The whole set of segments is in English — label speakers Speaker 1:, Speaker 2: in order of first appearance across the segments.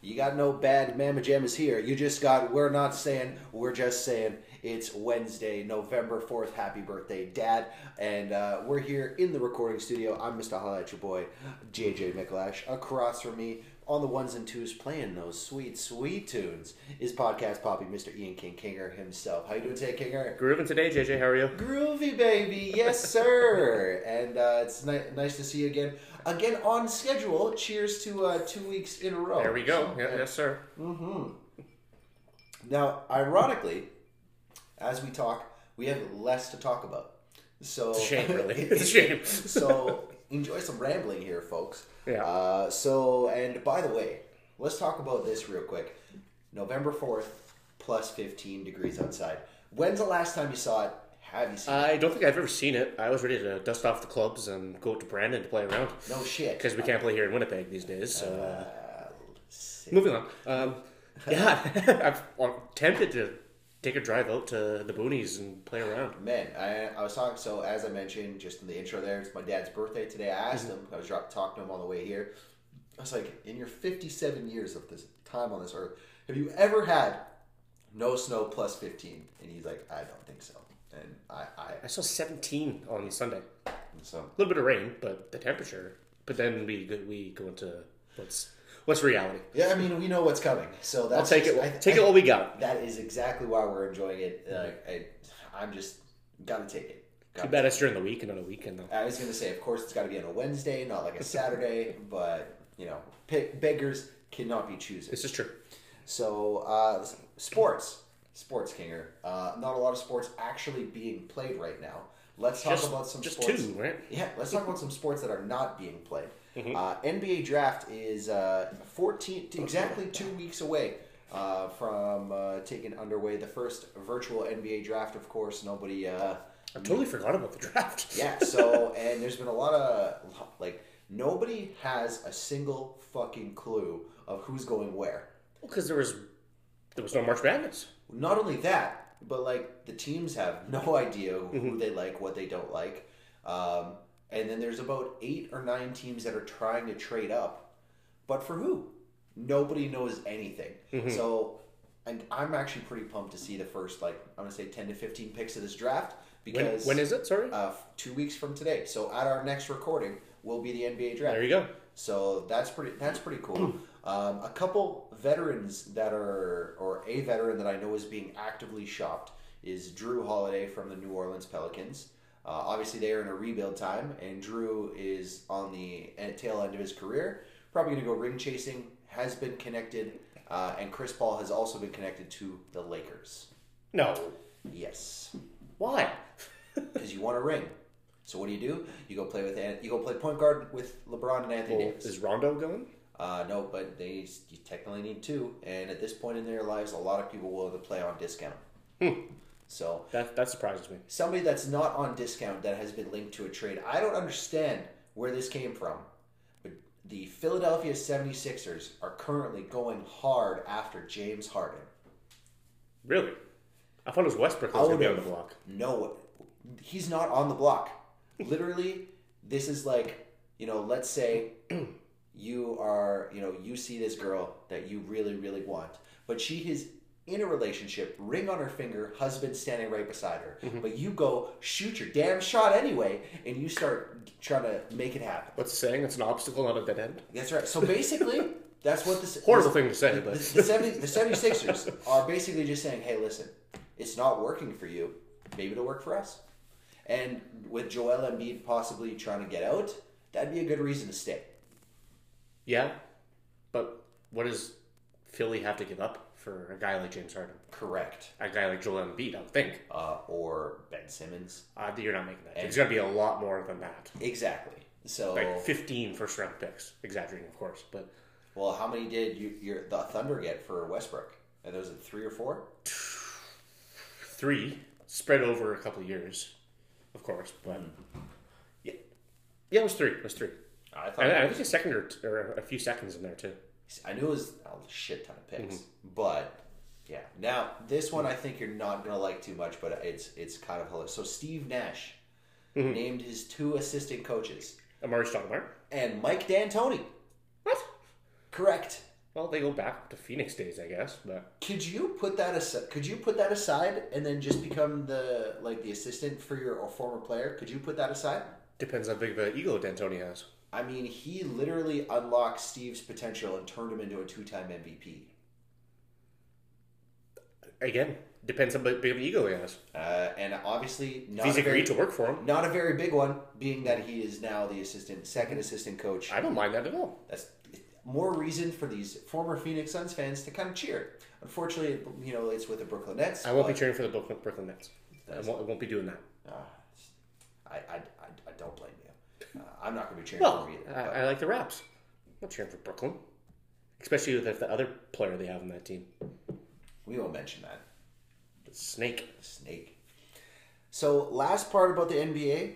Speaker 1: You got no bad mamma jammas here. You just got we're not saying we're just saying it's Wednesday, November fourth. Happy birthday, Dad! And uh, we're here in the recording studio. I'm Mr. Highlight, your boy JJ Micklash. Across from me on the ones and twos, playing those sweet sweet tunes is podcast poppy Mr. Ian King Kinger himself. How you doing today, Kinger?
Speaker 2: Grooving today, JJ. How are you?
Speaker 1: Groovy baby, yes sir. and uh, it's ni- nice to see you again. Again on schedule. Cheers to uh, two weeks in a row.
Speaker 2: There we go.
Speaker 1: So,
Speaker 2: Yeah,
Speaker 1: uh,
Speaker 2: yes, sir.
Speaker 1: Now, ironically, as we talk, we have less to talk about. So
Speaker 2: It's a shame, really. It's a shame.
Speaker 1: so enjoy some rambling here, folks.
Speaker 2: Yeah.
Speaker 1: Uh, so and by the way, let's talk about this real quick. November fourth, plus fifteen degrees outside. When's the last time you saw it? Have you seen? it?
Speaker 2: I don't think I've ever seen it. I was ready to dust off the clubs and go to Brandon to play around
Speaker 1: No shit.
Speaker 2: because we can't play here in Winnipeg these days. So uh,
Speaker 1: Uh, sick.
Speaker 2: moving on. Um, yeah, I'm tempted to take a drive out to the boonies and play around.
Speaker 1: Man, I, I was talking. So as I mentioned just in the intro, there it's my dad's birthday today. I asked
Speaker 2: Mm-hmm.
Speaker 1: him. I was dro- talking to him on the way here. I was like, in your 57 years of this time on this earth, have you ever had no snow plus 15? And he's like, I don't think so. And I,
Speaker 2: I
Speaker 1: I
Speaker 2: saw 17 on Sunday. A
Speaker 1: so
Speaker 2: little bit of rain, but the temperature. But then we go, we go into what's what's reality.
Speaker 1: yeah, I mean, we know what's coming. So
Speaker 2: I'll
Speaker 1: that's
Speaker 2: take it.
Speaker 1: I-
Speaker 2: take it all we got.
Speaker 1: That is exactly why we're enjoying it. Like, I, I'm just gotta take it.
Speaker 2: Too
Speaker 1: Gotta
Speaker 2: bad it's during the week and not a weekend though.
Speaker 1: I was gonna say, of course, it's got to be on a Wednesday, not like a Saturday. but you know, pe- beggars cannot be choosers.
Speaker 2: This is true.
Speaker 1: So, uh, sports, sports kinger. Uh, not a lot of sports actually being played right now. Let's talk
Speaker 2: Just-
Speaker 1: about some
Speaker 2: just
Speaker 1: sports.
Speaker 2: two, right? Mm-hmm.
Speaker 1: Yeah, let's talk about some sports that are not being played. Uh, NBA draft is uh, 14, exactly two weeks away uh, from uh, taking underway. The first virtual NBA draft, of course. Nobody. Uh,
Speaker 2: I totally forgot about the draft.
Speaker 1: yeah. So, and there's been a lot of like nobody has a single fucking clue of who's going where.
Speaker 2: because there was there was no March Madness.
Speaker 1: Not only that, but like the teams have no idea who
Speaker 2: Mm-hmm.
Speaker 1: they like, what they don't like. Um, and then there's about eight or nine teams that are trying to trade up, but for who? Nobody knows anything.
Speaker 2: Mm-hmm.
Speaker 1: So, and I'm actually pretty pumped to see the first like I'm gonna say 10 to 15 picks of this draft
Speaker 2: When,
Speaker 1: because
Speaker 2: when is it? Sorry.
Speaker 1: uh, f- two weeks from today. So at our next recording will be the NBA draft.
Speaker 2: there you go. Hmm.
Speaker 1: So that's pretty. That's pretty cool. um, a couple veterans that are, or a veteran that I know is being actively shopped is Drew Holiday from the New Orleans Pelicans. Uh, obviously, they are in a rebuild time, and Drew is on the en- tail end of his career. Probably going to go ring chasing. Has been connected, uh, and Chris Paul has also been connected to the Lakers.
Speaker 2: No.
Speaker 1: Yes
Speaker 2: Why?
Speaker 1: because you want a ring. So what do you do? You go play with An- you go play point guard with LeBron and Anthony
Speaker 2: Well,
Speaker 1: Davis.
Speaker 2: is Rondo going?
Speaker 1: Uh, no, but they you technically need two, and at this point in their lives, a lot of people will to play on discount.
Speaker 2: Hmm.
Speaker 1: So
Speaker 2: That that surprises me.
Speaker 1: somebody that's not on discount that has been linked to a trade. I don't understand where this came from, but the Philadelphia 76ers are currently going hard after James Harden.
Speaker 2: Really? I thought it was Westbrook that was going to be on the block.
Speaker 1: No, he's not on the block. Literally, this is like, you know, let's say you are, you know, you see this girl that you really, really want, but she is in a relationship, ring on her finger, husband standing right beside her. But you go shoot your damn shot anyway, and you start trying to make it happen.
Speaker 2: What's the saying? It's an obstacle, not a dead end.
Speaker 1: That's right. So basically, that's what this
Speaker 2: Horrible thing to say,
Speaker 1: the,
Speaker 2: but
Speaker 1: the, 70, the 76ers are basically just saying, hey, listen, it's not working for you. Maybe it'll work for us. And with Joel Embiid possibly trying to get out, that'd be a good reason to stay.
Speaker 2: yeah. But what does Philly have to give up for a guy like James Harden,
Speaker 1: Correct.
Speaker 2: a guy like Joel Embiid? I would think
Speaker 1: Uh, or Ben Simmons.
Speaker 2: uh, you're not making that. It's going to be a lot more than that.
Speaker 1: Exactly. So,
Speaker 2: Like 15 first round picks. Exaggerating, of course, but
Speaker 1: well, how many did you, your, the Thunder get for Westbrook? Are those at three or four?
Speaker 2: three spread over a couple of years, of course. But yeah, yeah, it was three. It was three.
Speaker 1: I thought
Speaker 2: And I think a second or, t- or a few seconds in there too.
Speaker 1: I knew it was a shit ton of
Speaker 2: Mhm.
Speaker 1: picks, but yeah. Now this one
Speaker 2: Mm-hmm.
Speaker 1: I think you're not gonna like too much, but it's it's kind of hilarious. So Steve Nash
Speaker 2: Mm-hmm.
Speaker 1: named his two assistant coaches
Speaker 2: Amari Stoudemire.
Speaker 1: and Mike D'Antoni.
Speaker 2: What?
Speaker 1: Correct.
Speaker 2: Well, they go back to Phoenix days, I guess. But
Speaker 1: Could you put that aside? Could you put that aside and then just become the like the assistant for your or former player? Could you put that aside?
Speaker 2: depends how big of an ego D'Antoni has.
Speaker 1: I mean, he literally unlocked Steve's potential and turned him into a two-time MVP.
Speaker 2: Again, depends how big big of an ego he has.
Speaker 1: Uh, and obviously,
Speaker 2: If
Speaker 1: not
Speaker 2: he's
Speaker 1: a very,
Speaker 2: agreed to work for him,
Speaker 1: not a very big one, being that he is now the assistant, second assistant coach.
Speaker 2: I don't mind that at all.
Speaker 1: That's more reason for these former Phoenix Suns fans to come cheer. Unfortunately, you know it's with the Brooklyn Nets.
Speaker 2: I won't be
Speaker 1: but-
Speaker 2: cheering for the Brooklyn Brooklyn Nets. I
Speaker 1: That's-
Speaker 2: won't, I won't be doing that.
Speaker 1: Ah, it's- I, I, I, I don't blame you. Uh, I'm not going to be cheering
Speaker 2: Well,
Speaker 1: for him either.
Speaker 2: I, I like the Raps. I'm not cheering for Brooklyn, especially with the other player they have on that team,
Speaker 1: We won't mention that.
Speaker 2: Snake.
Speaker 1: Snake. So, last part about the NBA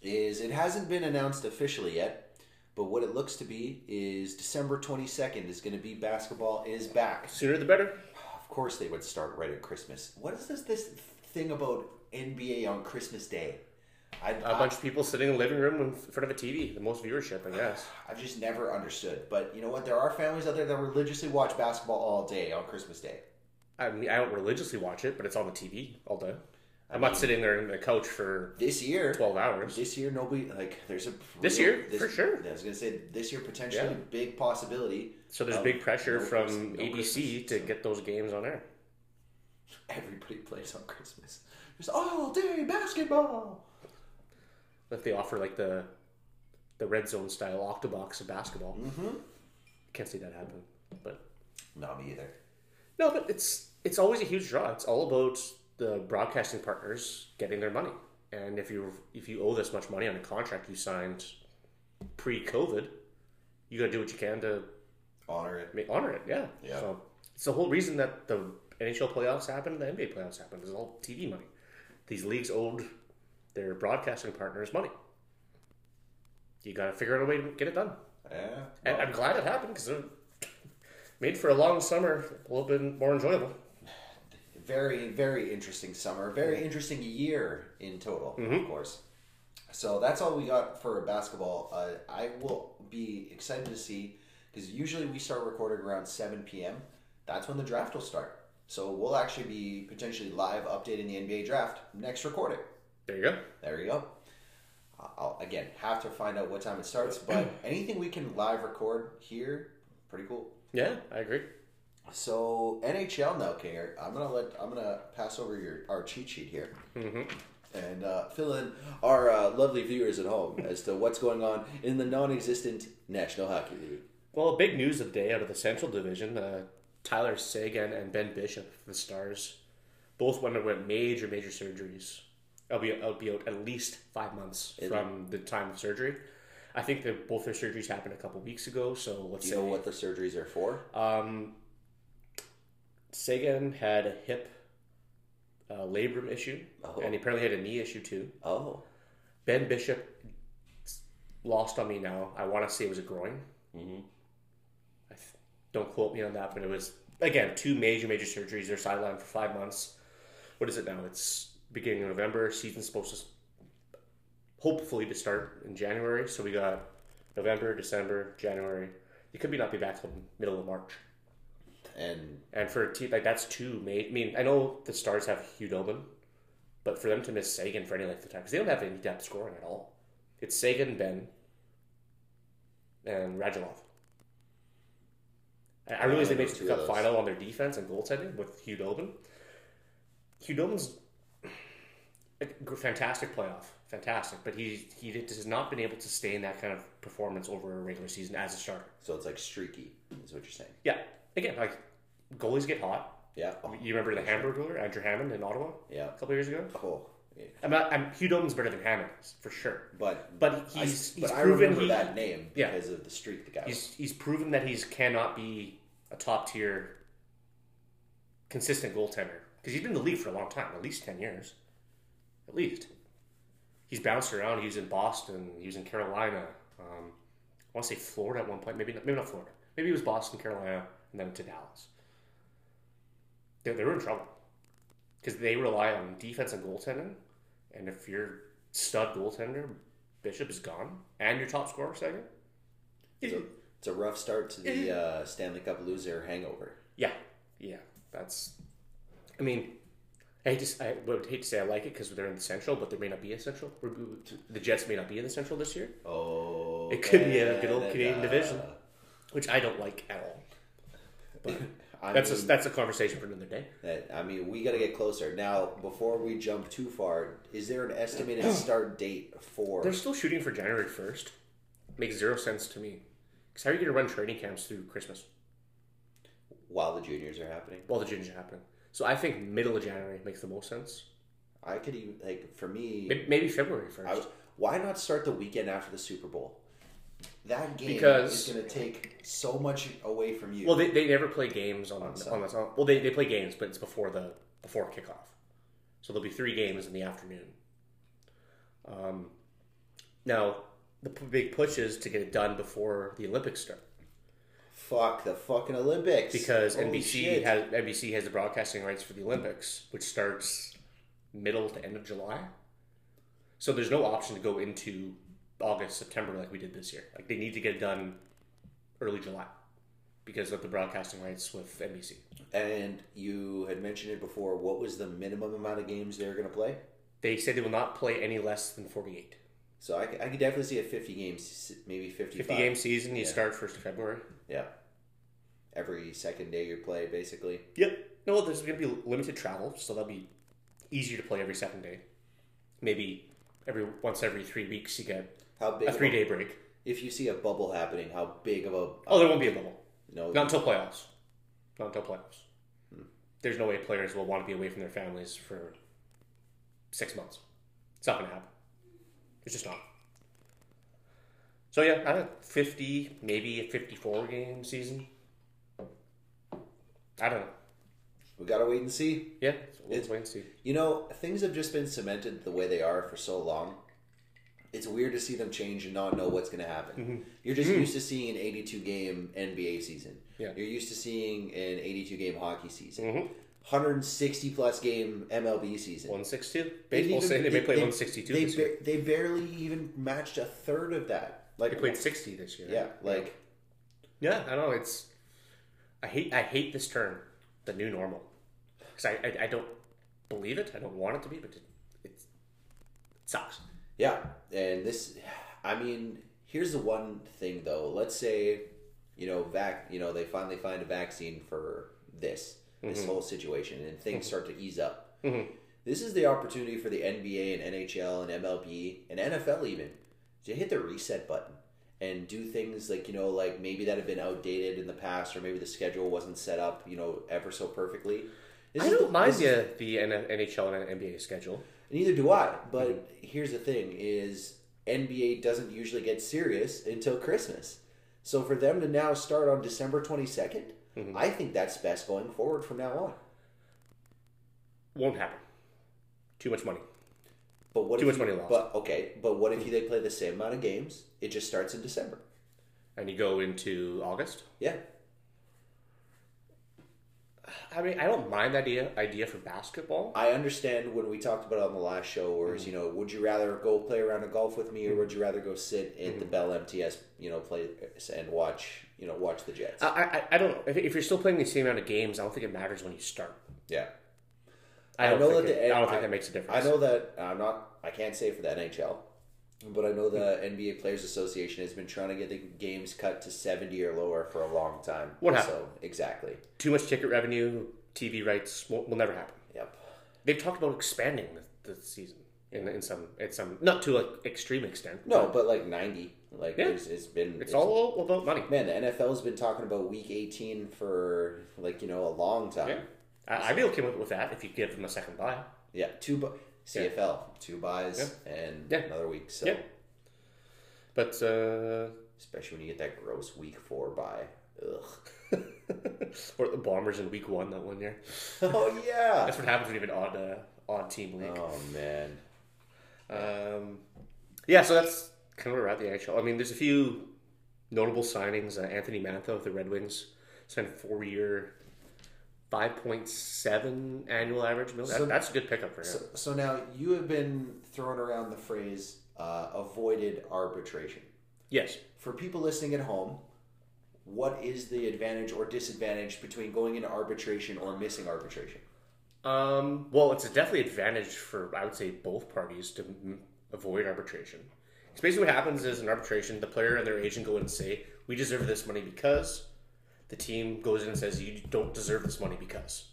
Speaker 1: is it hasn't been announced officially yet, but what it looks to be is December 22nd is going to be basketball is back.
Speaker 2: Sooner the better.
Speaker 1: Of course, they would start right at Christmas. What is this this thing about NBA on Christmas Day? I,
Speaker 2: A bunch of people sitting in the living room in front of a TV, the most viewership, I guess.
Speaker 1: I've just never understood. But you know what? There are families out there that religiously watch basketball all day on Christmas Day.
Speaker 2: I mean, I don't religiously watch it, but it's on the TV all day. I'm not sitting there on the couch for
Speaker 1: This year,
Speaker 2: 12 hours.
Speaker 1: This year, nobody like there's a
Speaker 2: This
Speaker 1: real-
Speaker 2: year, for sure.
Speaker 1: I was gonna say this year potentially
Speaker 2: Yeah.
Speaker 1: big possibility.
Speaker 2: So there's
Speaker 1: of
Speaker 2: big pressure
Speaker 1: Oh, no
Speaker 2: from
Speaker 1: Christmas- no
Speaker 2: ABC
Speaker 1: Christmas,
Speaker 2: to
Speaker 1: so
Speaker 2: get those games on air.
Speaker 1: everybody plays on Christmas. Just all day basketball.
Speaker 2: If they offer like the the red zone style octobox of basketball, mm-hmm. can't see that happen. But
Speaker 1: Not me either.
Speaker 2: no, but it's it's always a huge draw. It's all about the broadcasting partners getting their money. And if you if you owe this much money on a contract you signed pre-COVID, you got to do what you can to
Speaker 1: Honor it.
Speaker 2: I mean, honor it, yeah.
Speaker 1: Yeah.
Speaker 2: So it's the whole reason that the NHL playoffs happened, the NBA playoffs happened. It's all TV money. These leagues owed their broadcasting partners money. You got to figure out a way to get it done.
Speaker 1: Yeah.
Speaker 2: And I'm glad it happened because it made for a long summer, a little bit more enjoyable.
Speaker 1: Very very interesting summer. Very interesting year in total, of course. So that's all we got for basketball. Uh, I will be excited to see because usually we start recording around 7 p.m. That's when the draft will start. So we'll actually be potentially live updating the NBA draft next recording.
Speaker 2: There you go.
Speaker 1: There you go. I'll again have to find out what time it starts, but anything we can live record here, pretty cool.
Speaker 2: Yeah, I agree.
Speaker 1: So NHL now, Kinger. I'm gonna let I'm gonna pass over your our cheat sheet here,
Speaker 2: Mm-hmm.
Speaker 1: and uh, fill in our uh, lovely viewers at home as to what's going on in the non-existent National Hockey League.
Speaker 2: Well, big news of the day out of the Central Division uh, Tyler Sagan and Ben Bishop, the Stars, both underwent major, major surgeries. I'll be, I'll be out at least five months from the time of surgery. I think that both their surgeries happened a couple weeks ago, so let's
Speaker 1: Do
Speaker 2: say
Speaker 1: you know what the surgeries are for?
Speaker 2: um, Sagan had a hip uh, labrum issue,
Speaker 1: Oh.
Speaker 2: and he apparently had a knee issue too.
Speaker 1: oh,
Speaker 2: Ben Bishop lost on me now. I want to say it was a groin.
Speaker 1: Mhm.
Speaker 2: I th- don't quote me on that, but it was again two major major surgeries. They're sidelined for five months. What is it now? It's beginning of November. Season's supposed to s- hopefully to start in January. So we got November, December, January. It could be not be back till middle of March.
Speaker 1: and
Speaker 2: And for a team like that's two. ma I mean, I know the Stars have Hugh Dobin, but for them to miss Sagan for any length of time because they don't have any depth scoring at all. It's Sagan, Ben, and Radulov. I, I realize they made
Speaker 1: Two
Speaker 2: the
Speaker 1: of
Speaker 2: cup
Speaker 1: those.
Speaker 2: final on their defense and goaltending with Hugh Dobin. Hugh Dobin's a g- fantastic playoff, fantastic, but he he did- has not been able to sustain that kind of performance over a regular season as a starter.
Speaker 1: so it's like streaky, is what you're saying?
Speaker 2: Yeah, again, like goalies get hot.
Speaker 1: Yeah. Oh,
Speaker 2: You remember the Hamburglar, Andrew Hammond in Ottawa
Speaker 1: yeah.
Speaker 2: a couple years ago?
Speaker 1: Cool. Oh, Yeah.
Speaker 2: I'm not, I'm, Hugh Dolan's better than Hammond, for sure.
Speaker 1: But
Speaker 2: But
Speaker 1: I-
Speaker 2: he's,
Speaker 1: but
Speaker 2: he's
Speaker 1: I
Speaker 2: proven
Speaker 1: remember
Speaker 2: he,
Speaker 1: that name
Speaker 2: Yeah.
Speaker 1: because of the streak the guy. was.
Speaker 2: he's, he's proven that he's cannot be a top tier consistent goaltender because he's been in the league for a long time, at least 10 years. At least. He's bounced around. He was in Boston. He was in Carolina. Um, I want to say Florida at one point. Maybe not, maybe not Florida. Maybe it was Boston, Carolina, and then to Dallas. They, they were in trouble because they rely on defense and goaltending. And if your stud goaltender, Bishop, is gone, and your top scorer, second,
Speaker 1: So, It's a rough start to the uh, Stanley Cup loser hangover.
Speaker 2: Yeah, yeah. That's. I mean, I hate to, s- I would hate to say I like it because they're in the Central, but they may not be a Central. Or, uh, The Jets may not be in the Central this year,
Speaker 1: Oh, uh,
Speaker 2: It could be a good old
Speaker 1: Canada.
Speaker 2: Canadian division. which I don't like at all.
Speaker 1: I
Speaker 2: That's
Speaker 1: mean,
Speaker 2: a, that's a conversation for another day.
Speaker 1: that- I mean, we got to get closer now. Before we jump too far, is there an estimated start date for?
Speaker 2: They're still shooting for January first. Makes zero sense to me. Because how are you going to run training camps through Christmas
Speaker 1: while the juniors are happening.
Speaker 2: while the gyms are happening? So I think middle of January makes the most sense.
Speaker 1: I could even like for me,
Speaker 2: May- Maybe February
Speaker 1: I,
Speaker 2: first.
Speaker 1: would- why not start the weekend after the Super Bowl? That game
Speaker 2: Because-
Speaker 1: is going to take so much away from you.
Speaker 2: Well, they, they never play games on on,
Speaker 1: Sunday.
Speaker 2: the well they, they play games, but it's before the before kickoff. So there'll be three games in the afternoon. Um, now the p- big push is to get it done before the Olympics start
Speaker 1: Fuck the fucking Olympics
Speaker 2: because
Speaker 1: Holy
Speaker 2: NBC
Speaker 1: shit.
Speaker 2: has NBC has the broadcasting rights for the Olympics, which starts middle to end of July. So there's no option to go into August, September like we did this year. Like they need to get it done early July because of the broadcasting rights with NBC.
Speaker 1: And you had mentioned it before. What was the minimum amount of games they were going to play?
Speaker 2: They say they will not play any less than 48.
Speaker 1: So I, c- I could definitely see a 50 games, maybe 55.
Speaker 2: 50 game season, you
Speaker 1: Yeah.
Speaker 2: start 1st of February.
Speaker 1: Yeah. Every second day you play, basically.
Speaker 2: Yep. No, there's going to be limited travel, so that'll be easier to play every second day. Maybe every once every three weeks you get
Speaker 1: How big?
Speaker 2: a
Speaker 1: of
Speaker 2: three day break.
Speaker 1: If you see a bubble happening, how big of a? uh,
Speaker 2: Oh, there won't be a bubble.
Speaker 1: no,
Speaker 2: Not until playoffs. Not until playoffs. There's no way players will want to be away from their families for six months. It's not going to happen. It's just not. So yeah, I don't 50, maybe a 54 game season. I don't know.
Speaker 1: we gotta wait and see.
Speaker 2: Yeah, so we'll wait and see.
Speaker 1: You know, things have just been cemented the way they are for so long. It's weird to see them change and not know what's going to happen.
Speaker 2: Mm-hmm.
Speaker 1: You're just used to seeing an 82 game NBA season.
Speaker 2: Yeah.
Speaker 1: You're used to seeing an 82 game hockey season.
Speaker 2: Mhm.
Speaker 1: 160 plus game MLB season.
Speaker 2: 162.
Speaker 1: They've
Speaker 2: Baseball
Speaker 1: even-
Speaker 2: saying they may play 162
Speaker 1: They,
Speaker 2: this year.
Speaker 1: ba- they barely even matched a third of that. Like
Speaker 2: They played 60 this year.
Speaker 1: yeah, like
Speaker 2: Yeah, I know it's. I hate I hate this term, the new normal, because I, I I don't believe it. I don't want it to be, but it, it's- it sucks.
Speaker 1: Yeah, and this, I mean, here's the one thing though. Let's say, you know, vac, you know, they finally find a vaccine for this
Speaker 2: Mm-hmm.
Speaker 1: this whole situation, and things start to ease up. This is the opportunity for the NBA and NHL and MLB and NFL even to hit the reset button and do things like you know, like maybe that have been outdated in the past, or maybe the schedule wasn't set up, you know, ever so perfectly. This
Speaker 2: I
Speaker 1: is
Speaker 2: don't
Speaker 1: the-
Speaker 2: mind
Speaker 1: this is
Speaker 2: the the N- NHL and NBA schedule.
Speaker 1: Neither do I. But here's the thing: is NBA doesn't usually get serious until Christmas. So for them to now start on December 22nd,
Speaker 2: Mm-hmm.
Speaker 1: I think that's best going forward from now on.
Speaker 2: Won't happen. Too much money.
Speaker 1: But what
Speaker 2: Too
Speaker 1: if
Speaker 2: much
Speaker 1: you-
Speaker 2: money lost. Mm-hmm.
Speaker 1: But okay, but what if you, they play the same amount of games? It just starts in December.
Speaker 2: And you go into August.
Speaker 1: Yeah,
Speaker 2: I mean, I don't mind the idea idea for basketball.
Speaker 1: I understand when we talked about it on the last show, where
Speaker 2: Mm-hmm.
Speaker 1: it's you know, would you rather go play around a golf with me, or would you rather go sit at
Speaker 2: Mm-hmm.
Speaker 1: the Bell MTS, you know, play and watch, you know, watch the Jets?
Speaker 2: I I, I don't. If, if you're still playing the same amount of games, I don't think it matters when you start.
Speaker 1: yeah.
Speaker 2: I
Speaker 1: I
Speaker 2: don't
Speaker 1: know
Speaker 2: think
Speaker 1: that
Speaker 2: it-
Speaker 1: the-
Speaker 2: I don't think
Speaker 1: I-
Speaker 2: that makes a difference.
Speaker 1: I know that I'm not. I can't say for the NHL, but I know the NBA Players Association has been trying to get the games cut to 70 or lower for a long time.
Speaker 2: What
Speaker 1: So exactly.
Speaker 2: Too much ticket revenue, TV rights will, will never happen.
Speaker 1: Yep.
Speaker 2: They've talked about expanding the, the season in, in some in some not to an extreme extent.
Speaker 1: No, but like 90. Like
Speaker 2: Yeah.
Speaker 1: there's, it's been.
Speaker 2: it's all about money.
Speaker 1: Man, the NFL's been talking about Week 18 for like you know a long time.
Speaker 2: Yeah, I, I'd be okay with, with that if you give them a second buy.
Speaker 1: Yeah, two bu- CFL, two buys, and
Speaker 2: Yeah.
Speaker 1: another week. So
Speaker 2: Yeah. But uh,
Speaker 1: especially when you get that gross Week Four buy. Ugh.
Speaker 2: or the Bombers in Week One that one year.
Speaker 1: oh yeah.
Speaker 2: That's what happens when you have an odd uh, odd team league.
Speaker 1: Oh man.
Speaker 2: Um, yeah, so that's kind of where we're at the NHL. I mean, there's a few notable signings. Uh, Anthony Mantha of the Red Wings signed a four-year, five point seven annual average mil. That,
Speaker 1: So-
Speaker 2: that's a good pickup for him.
Speaker 1: So, so now you have been throwing around the phrase uh, avoided arbitration.
Speaker 2: yes.
Speaker 1: For people listening at home, what is the advantage or disadvantage between going into arbitration or missing arbitration?
Speaker 2: Um, well, it's a definitely advantage for I would say both parties to m- avoid arbitration. Because basically, what happens is in arbitration, the player and their agent go in and say, "We deserve this money because." The team goes in and says, "You don't deserve this money because."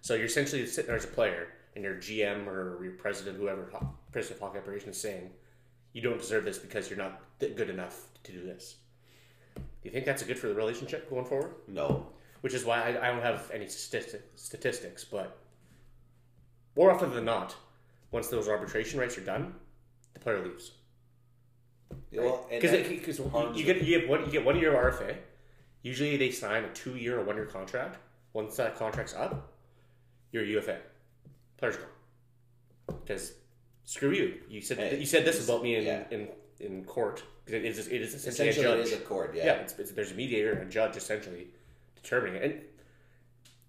Speaker 2: So you're essentially sitting there as a player, and your GM or your president, whoever ho- president of hockey operations, is saying, "You don't deserve this because you're not th- good enough to do this." Do you think that's good for the relationship going forward?
Speaker 1: No.
Speaker 2: which is why I, I don't have any stati- statistics, but more often than not, once those arbitration rights are done, the player leaves
Speaker 1: Well, and that-
Speaker 2: because you, you get you get one you get one year of RFA. Usually, they sign a two year or one year contract. Once that contract's up, you're UFA. Players gone because screw you. You said
Speaker 1: Hey,
Speaker 2: you said this about me in
Speaker 1: yeah.
Speaker 2: in, in court 'Cause it is it is
Speaker 1: essentially
Speaker 2: essentially, a
Speaker 1: it
Speaker 2: judge
Speaker 1: is a court. Yeah.
Speaker 2: yeah, it's, it's, there's a mediator and a judge essentially determining it. And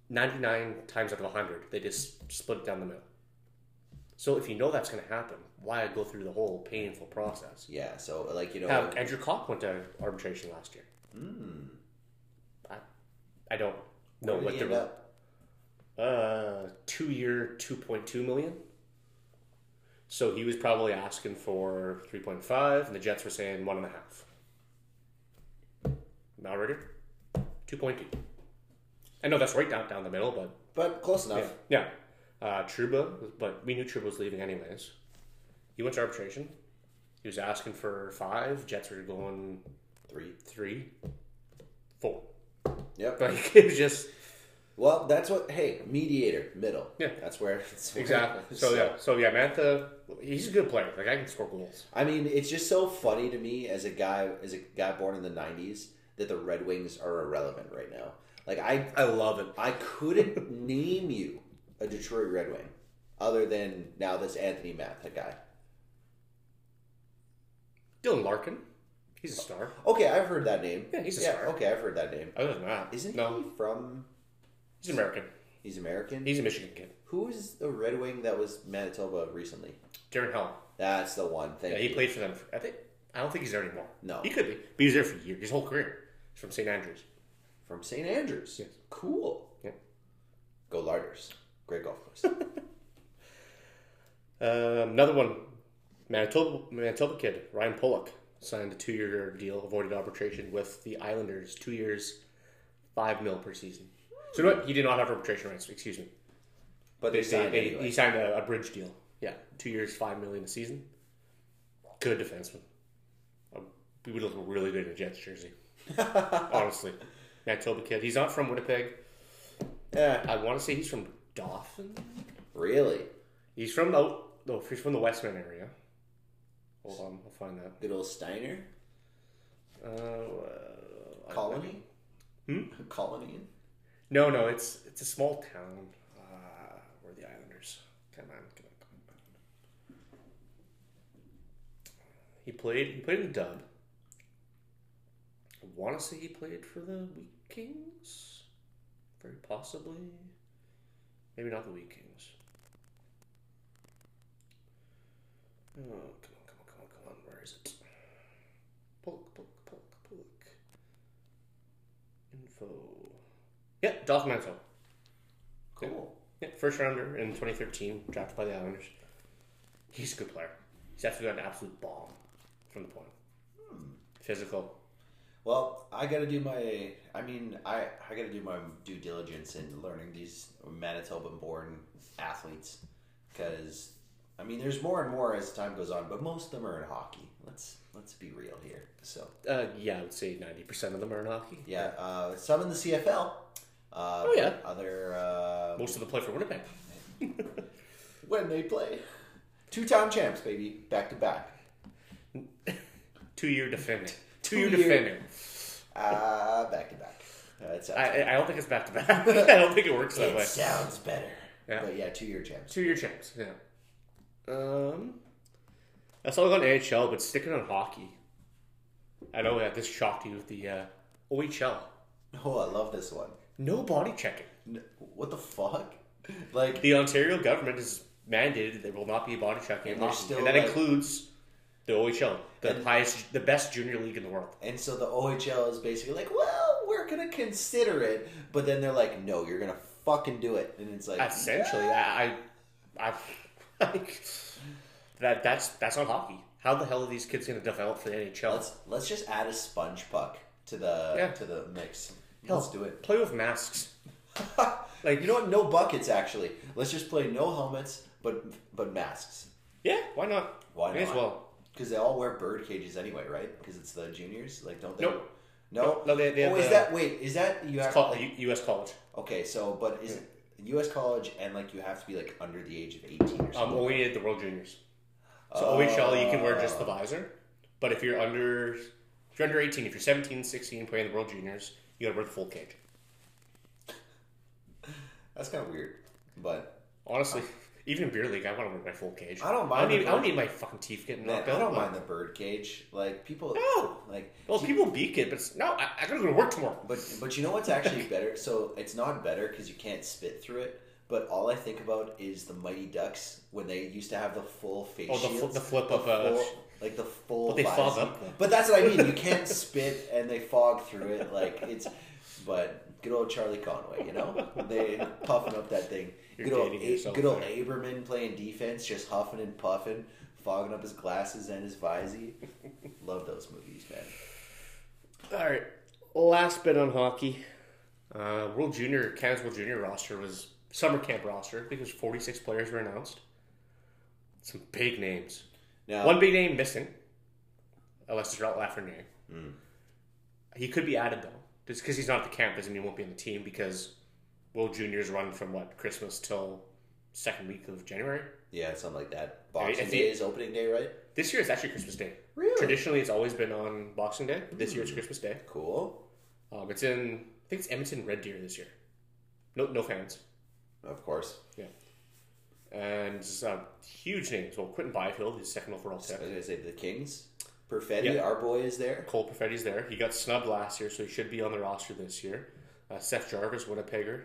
Speaker 2: 99 times out of 100, they just split it down the middle. So if you know that's going to happen, why go through the whole painful process?
Speaker 1: Yeah. So like you know,
Speaker 2: Now, Andrew Kopp went to arbitration last year. I, I don't know
Speaker 1: where did
Speaker 2: what
Speaker 1: he
Speaker 2: the
Speaker 1: end up?
Speaker 2: uh, two year, two point two million. So he was probably asking for three point five, and the Jets were saying one and a half. Malrider, two point two. I know that's right down down the middle, but
Speaker 1: But close enough.
Speaker 2: yeah. Uh, Truba, but we knew Truba was leaving anyways. He went to arbitration. He was asking for five. Jets were going
Speaker 1: Three.
Speaker 2: three, four.
Speaker 1: Yep.
Speaker 2: Like it was just
Speaker 1: Well, that's what. Hey, mediator, middle.
Speaker 2: Yeah.
Speaker 1: That's where. That's where-
Speaker 2: Exactly. So yeah. So yeah, Mantha, he's a good player. Like I can score goals.
Speaker 1: I mean, it's just so funny to me as a guy, as a guy born in the '90s, that the Red Wings are irrelevant right now. Like I,
Speaker 2: I love it.
Speaker 1: I couldn't name you a Detroit Red Wing other than now this Anthony Matha guy.
Speaker 2: Dylan Larkin, he's a star.
Speaker 1: Okay, I've heard that name.
Speaker 2: Yeah, he's a star.
Speaker 1: Okay, I've heard that name.
Speaker 2: Other than that,
Speaker 1: Isn't
Speaker 2: no,
Speaker 1: he from?
Speaker 2: he's American.
Speaker 1: He's American.
Speaker 2: He's a Michigan kid.
Speaker 1: Who is the Red Wing that was Manitoba recently?
Speaker 2: Darren Hell.
Speaker 1: That's the one. Thank
Speaker 2: Yeah,
Speaker 1: you.
Speaker 2: he played for them. For, I think I don't think he's there anymore.
Speaker 1: No.
Speaker 2: he could be, but he was there for years, his whole career. He's from St. Andrews.
Speaker 1: From St. Andrews.
Speaker 2: Yes.
Speaker 1: Cool.
Speaker 2: Yeah.
Speaker 1: Go Larders. Great golf course.
Speaker 2: Um, another one, Manitoba, Manitoba kid Ryan Pollock signed a two-year deal, avoided arbitration with the Islanders. Two years, five mil per season. So you know what? He did not have arbitration rights. Excuse me.
Speaker 1: But they
Speaker 2: They,
Speaker 1: signed
Speaker 2: they-
Speaker 1: anyway.
Speaker 2: He signed a, a bridge deal. Yeah, two years, five million a season. Good defenseman. Um, He would look really good in a Jets jersey. Honestly, Manitoba kid. He's not from Winnipeg.
Speaker 1: Yeah.
Speaker 2: I want to say he's from Dauphin.
Speaker 1: Really?
Speaker 2: He's from out. No, he's from the Westman area. Hold on, I'll find that.
Speaker 1: Good old Steiner?
Speaker 2: Uh, uh,
Speaker 1: Colony?
Speaker 2: Hmm?
Speaker 1: Colony?
Speaker 2: No, no, it's it's a small town. Uh, where are the Islanders? Come on, come on, come on. He played. He played in the dub. I want to say he played for the Wheat Kings. Very possibly. Maybe not the Wheat Kings. Oh, come on, come on, come on, come on. Where is it? Polk, Polk, Polk, Polk. Info. Yeah, Dolph Mantle.
Speaker 1: Cool.
Speaker 2: Yeah, first rounder in 2013, drafted by the Islanders. He's a good player. He's actually got an absolute bomb from the point. Physical.
Speaker 1: Well, I gotta do my. I mean, I, I gotta do my due diligence in learning these Manitoba-born athletes, because I mean, there's more and more as time goes on, but most of them are in hockey. Let's let's be real here. So
Speaker 2: Uh, yeah, I would say 90% of them are in hockey.
Speaker 1: yeah, uh, some in the CFL. Uh,
Speaker 2: Oh, yeah.
Speaker 1: Other uh,
Speaker 2: Most of them play for Winnipeg.
Speaker 1: when they play, two-time champs, baby, back to back.
Speaker 2: Two year defender. Two year
Speaker 1: Two-year-
Speaker 2: defender.
Speaker 1: Ah, back to back. That sounds.
Speaker 2: I, I don't think it's back to back. I don't think it works that
Speaker 1: it
Speaker 2: way.
Speaker 1: sounds better.
Speaker 2: Yeah.
Speaker 1: But yeah, two-year champs.
Speaker 2: Two year champs, yeah. Um, that's all I got on AHL, but sticking on hockey. I know that this shocked you with the uh, OHL.
Speaker 1: Oh, I love this one.
Speaker 2: No body checking.
Speaker 1: N- What the fuck? Like
Speaker 2: The Ontario government has mandated there will not be body checking in
Speaker 1: And they're
Speaker 2: hockey,
Speaker 1: still
Speaker 2: and that
Speaker 1: like-
Speaker 2: includes the OHL, the highest, the best junior league in the world.
Speaker 1: And so the OHL is basically like, well, we're we're gonna consider it, but then they're like, no, you're gonna fucking do it, and it's like
Speaker 2: Essentially, I, I, I that that's that's not hockey. How the hell are these kids going to develop for the NHL?
Speaker 1: Let's let's just add a sponge puck to the
Speaker 2: Yeah.
Speaker 1: to the mix.
Speaker 2: Hell,
Speaker 1: Let's do it.
Speaker 2: Play with masks. Like-
Speaker 1: you know what? No buckets actually. Let's just play no helmets, but but masks.
Speaker 2: Yeah, why not?
Speaker 1: Why
Speaker 2: May as
Speaker 1: not?
Speaker 2: well.
Speaker 1: Because they all wear bird cages anyway, right? Because it's the juniors. Like, don't they?
Speaker 2: Nope.
Speaker 1: No.
Speaker 2: No, they- they have
Speaker 1: oh, is
Speaker 2: the-
Speaker 1: that wait? Is that you have
Speaker 2: Col-
Speaker 1: like,
Speaker 2: U- U.S. college.
Speaker 1: okay? So, but is it U.S. college and like you have to be like under the age of eighteen or
Speaker 2: Um,
Speaker 1: something?
Speaker 2: only at the World Juniors. So
Speaker 1: Uh,
Speaker 2: OHL, you can wear just the visor. But if you're under, if you're under 18, if you're 17, 16, playing the World Juniors, you got to wear the full cage.
Speaker 1: That's kind of weird, but
Speaker 2: Honestly, even in beer league, I want to wear my full cage.
Speaker 1: I don't mind
Speaker 2: I don't,
Speaker 1: the
Speaker 2: need, I don't
Speaker 1: bird-
Speaker 2: need my fucking teeth getting
Speaker 1: man,
Speaker 2: knocked
Speaker 1: I
Speaker 2: out.
Speaker 1: don't
Speaker 2: but-
Speaker 1: mind the bird cage. Like people,
Speaker 2: No.
Speaker 1: like
Speaker 2: Well, people beak it, but it's, no, I, I gotta go to work tomorrow.
Speaker 1: But but you know what's actually better? So it's not better because you can't spit through it. But all I think about is the Mighty Ducks when they used to have the full face
Speaker 2: Oh, the fl-
Speaker 1: shields,
Speaker 2: the flip of a-
Speaker 1: full- like the full.
Speaker 2: But they
Speaker 1: visor.
Speaker 2: fog up, though.
Speaker 1: But that's what I mean. You can't spit, and they fog through it. Like it's, but good old Charlie Conway, you know, they puffing up that thing.
Speaker 2: You're
Speaker 1: good old,
Speaker 2: dating
Speaker 1: A-
Speaker 2: yourself
Speaker 1: good old
Speaker 2: there.
Speaker 1: Aberman playing defense, just huffing and puffing, fogging up his glasses and his visy. Love those movies, man.
Speaker 2: All right, last bit on hockey. Uh, World Junior, Canada's World Junior roster was summer camp roster. I think it was 46 players were announced. Some big names.
Speaker 1: Now,
Speaker 2: One big name missing. Alexis Lafreniere. He could be added though. Just because he's not at the camp doesn't mean he won't be on the team because World Juniors run from what Christmas till second week of January.
Speaker 1: Yeah, something like that. Boxing
Speaker 2: if
Speaker 1: Day
Speaker 2: you-
Speaker 1: is opening day, right?
Speaker 2: This year it's actually Christmas Day.
Speaker 1: Really?
Speaker 2: Traditionally, it's always been on Boxing Day. This year it's Christmas Day.
Speaker 1: Cool.
Speaker 2: Um, it's in I think it's Edmonton Red Deer this year. No, no fans.
Speaker 1: Of course.
Speaker 2: Yeah, and uh, huge names. Well, Quentin Byfield, his second overall
Speaker 1: I was
Speaker 2: pick.
Speaker 1: gonna say the Kings. Perfetti,
Speaker 2: Yeah.
Speaker 1: our boy, is there.
Speaker 2: Cole Perfetti's there. He got snubbed last year, so he should be on the roster this year. Uh, Seth Jarvis, Winnipegger.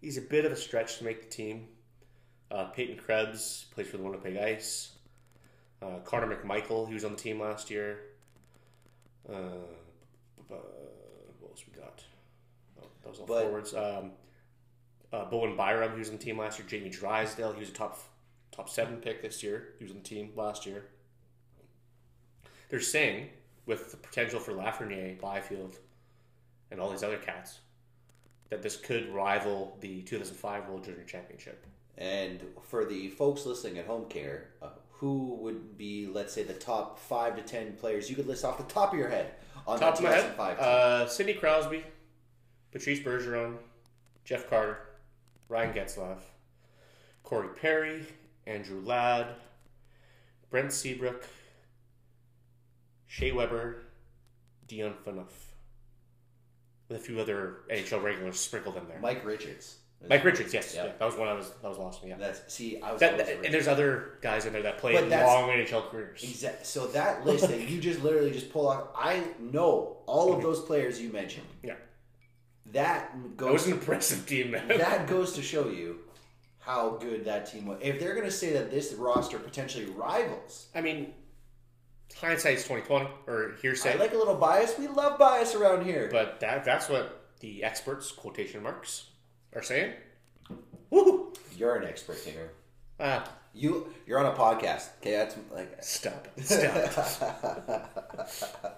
Speaker 2: He's a bit of a stretch to make the team. Uh, Peyton Krebs plays for the Winnipeg Ice. Uh, Connor McMichael, he was on the team last year. Uh, uh, what else we got? Oh, those all
Speaker 1: But-
Speaker 2: forwards. Um, uh, Bowen Byram, he was on the team last year. Jamie Drysdale, he was a top top seven pick this year. He was on the team last year. They're saying with the potential for Lafreniere, Byfield, and all these other cats, that this could rival the 2005 World Junior Championship.
Speaker 1: And for the folks listening at home, care, uh, who would be, let's say, the top five to ten players you could list off the top of your head on
Speaker 2: Top
Speaker 1: that
Speaker 2: of my head,
Speaker 1: 2005 team?
Speaker 2: uh, Sidney Crosby, Patrice Bergeron, Jeff Carter, Ryan Getzlaff, Corey Perry, Andrew Ladd, Brent Seabrook, Shea Weber, Dion Phaneuf, with a few other NHL regulars sprinkled in there. Mike,
Speaker 1: Mike Richards.
Speaker 2: Richards, yes,
Speaker 1: Yeah.
Speaker 2: yeah, that was one I was that was lost. Yeah,
Speaker 1: That's see, I was.
Speaker 2: That-
Speaker 1: always
Speaker 2: that-
Speaker 1: a
Speaker 2: and there's other guys in there that played
Speaker 1: But that's-
Speaker 2: long NHL careers.
Speaker 1: Exactly. So that list that you just literally just pull off, I know all of those players you mentioned.
Speaker 2: Yeah,
Speaker 1: That
Speaker 2: that
Speaker 1: goes
Speaker 2: was an impressive team, man.
Speaker 1: that goes to show you how good that team was. If they're going to say that this roster potentially rivals,
Speaker 2: I mean, hindsight's twenty twenty or hearsay,
Speaker 1: I like a little bias. We love bias around here.
Speaker 2: but that that's what the experts quotation marks are saying. Woo!
Speaker 1: You're an expert here.
Speaker 2: Ah,
Speaker 1: You you're on a podcast. Okay, that's like
Speaker 2: stop it! Stop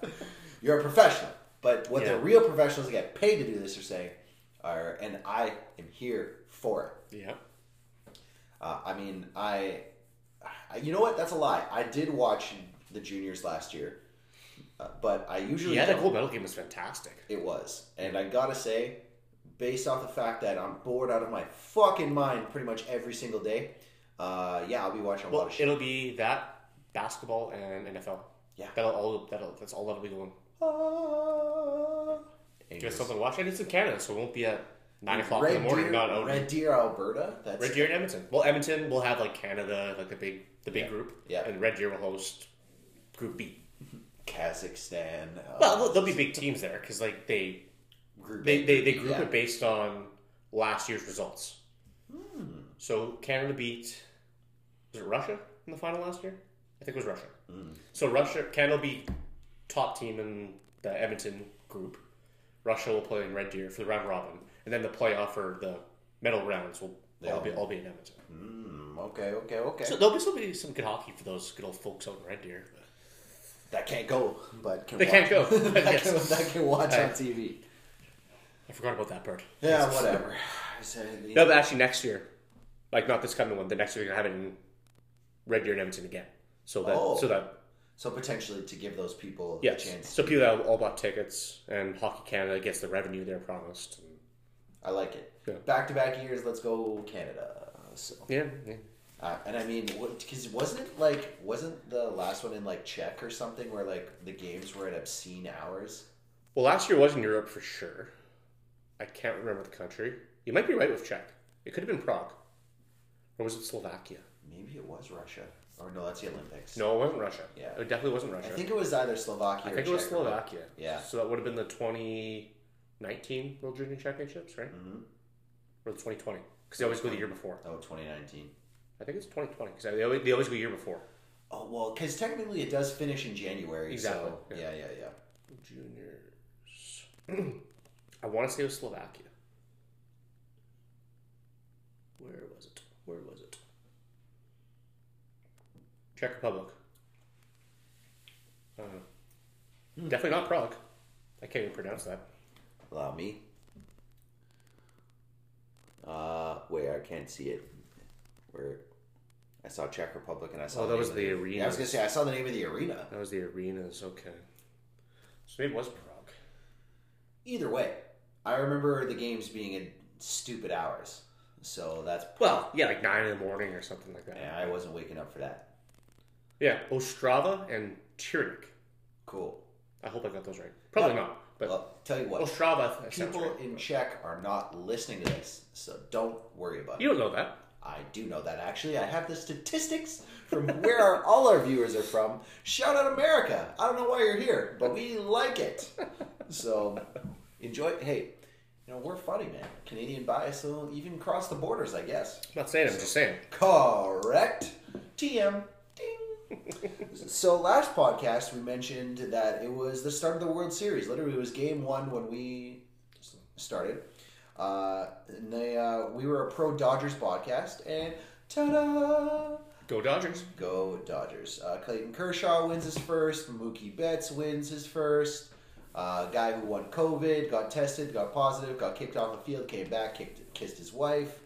Speaker 2: it!
Speaker 1: you're a professional. But what
Speaker 2: Yeah.
Speaker 1: the real professionals that get paid to do this are saying are, and I am here for it.
Speaker 2: Yeah,
Speaker 1: Uh, I mean, I, I, you know what? That's a lie. I did watch the juniors last year, uh, but I usually
Speaker 2: yeah, that
Speaker 1: don't.
Speaker 2: gold medal game was fantastic.
Speaker 1: It was. And I gotta say, based off the fact that I'm bored out of my fucking mind pretty much every single day, uh, yeah, I'll be watching a lot
Speaker 2: Well,
Speaker 1: of shit.
Speaker 2: it'll be that basketball and NFL.
Speaker 1: Yeah.
Speaker 2: that'll all that'll that's all that'll be going.
Speaker 1: Oh.
Speaker 2: Give us
Speaker 1: Anyways.
Speaker 2: something to watch, and it's in Canada, so it won't be at nine o'clock in the morning.
Speaker 1: Deer,
Speaker 2: not out.
Speaker 1: Red Deer, Alberta. That's
Speaker 2: Red Deer and Edmonton. Well, Edmonton will have like Canada, like the big the big group,
Speaker 1: Yeah.
Speaker 2: and Red Deer will host Group B.
Speaker 1: Kazakhstan. uh,
Speaker 2: Well, there'll be big teams there because like they
Speaker 1: group
Speaker 2: they,
Speaker 1: A,
Speaker 2: they, they
Speaker 1: Group B,
Speaker 2: group
Speaker 1: yeah.
Speaker 2: it based on last year's results.
Speaker 1: Hmm.
Speaker 2: So Canada beat was it Russia in the final last year? I think it was Russia.
Speaker 1: Hmm.
Speaker 2: So Russia Canada will be top team in the Edmonton group. Russia will play in Red Deer for the round robin, and then the playoff or the medal rounds will all
Speaker 1: They'll-
Speaker 2: be all be in Edmonton.
Speaker 1: Mm, okay, okay, okay.
Speaker 2: So there'll be still be some good hockey for those good old folks out in Red Deer.
Speaker 1: that can't go, but can
Speaker 2: They
Speaker 1: watch.
Speaker 2: can't go, but
Speaker 1: that,
Speaker 2: yes.
Speaker 1: can, that can watch
Speaker 2: Hey.
Speaker 1: on TV.
Speaker 2: I forgot about that part.
Speaker 1: Yeah, whatever. I said,
Speaker 2: No, but actually next year, like not this coming one, the next year you're gonna have it in Red Deer and Edmonton again. So that
Speaker 1: Oh.
Speaker 2: so that
Speaker 1: so potentially to give those people
Speaker 2: yes.
Speaker 1: a chance.
Speaker 2: So people that all bought tickets and Hockey Canada gets the revenue they're promised.
Speaker 1: I like it.
Speaker 2: Yeah.
Speaker 1: Back to back years. Let's go Canada. So,
Speaker 2: Yeah, yeah.
Speaker 1: uh, and I mean, because wasn't it like wasn't the last one in like Czech or something where like the games were at obscene hours?
Speaker 2: Well, last year was in Europe for sure. I can't remember the country. You might be right with Czech. It could have been Prague, or was it Slovakia?
Speaker 1: Maybe it was Russia. Or no, that's the Olympics.
Speaker 2: No, it wasn't Russia.
Speaker 1: Yeah.
Speaker 2: it definitely wasn't
Speaker 1: I
Speaker 2: Russia.
Speaker 1: think it was either Slovakia.
Speaker 2: I
Speaker 1: or
Speaker 2: think it was
Speaker 1: Czech
Speaker 2: Slovakia.
Speaker 1: Yeah.
Speaker 2: So that would have been the 2019 World Junior Championships, right?
Speaker 1: Mhm.
Speaker 2: Or the 2020, because they always go the year before.
Speaker 1: Oh, 2019.
Speaker 2: I think it's 2020 because they always, they always go the year before.
Speaker 1: Oh well, because technically it does finish in January.
Speaker 2: Exactly,
Speaker 1: So, yeah,
Speaker 2: yeah.
Speaker 1: yeah, yeah.
Speaker 2: Juniors. I want to say it was Slovakia. Where was it? Where was it? Czech Republic. I don't know. Definitely not Prague. I can't even pronounce that.
Speaker 1: Allow me. Uh, wait, I can't see it. Where I saw Czech Republic and I saw.
Speaker 2: Oh, that
Speaker 1: name
Speaker 2: was
Speaker 1: of
Speaker 2: the
Speaker 1: Yeah, I was
Speaker 2: arena.
Speaker 1: gonna say I saw the name of the arena.
Speaker 2: That was the arenas. Okay. So maybe it was Prague.
Speaker 1: Either way, I remember the games being in stupid hours, so that's
Speaker 2: Well, yeah, like nine in the morning or something like that.
Speaker 1: yeah, I wasn't waking up for that.
Speaker 2: Yeah, Ostrava and Tyrnik.
Speaker 1: Cool.
Speaker 2: I hope I got those right. Probably
Speaker 1: Yeah.
Speaker 2: not, but
Speaker 1: Well, tell you what,
Speaker 2: Ostrava. that sounds
Speaker 1: people
Speaker 2: right.
Speaker 1: in Czech are not listening to this, so don't worry about it.
Speaker 2: You don't know that.
Speaker 1: I do know that actually. I have the statistics from where our, all our viewers are from. Shout out America! I don't know why you're here, but we like it. So enjoy. Hey, you know we're funny, man. Canadian bias will even cross the borders, I guess.
Speaker 2: I'm not saying. I'm just saying.
Speaker 1: Correct. TM. Ding. so last podcast we mentioned that it was the start of the World Series. Literally, it was Game One when we s- started. Uh, and they, uh, we were a pro Dodgers podcast, and ta-da!
Speaker 2: Go Dodgers.
Speaker 1: Go Dodgers. Uh, Clayton Kershaw wins his first. Mookie Betts wins his first. Uh, guy who won COVID got tested, got positive, got kicked off the field, came back, kicked, kissed his wife.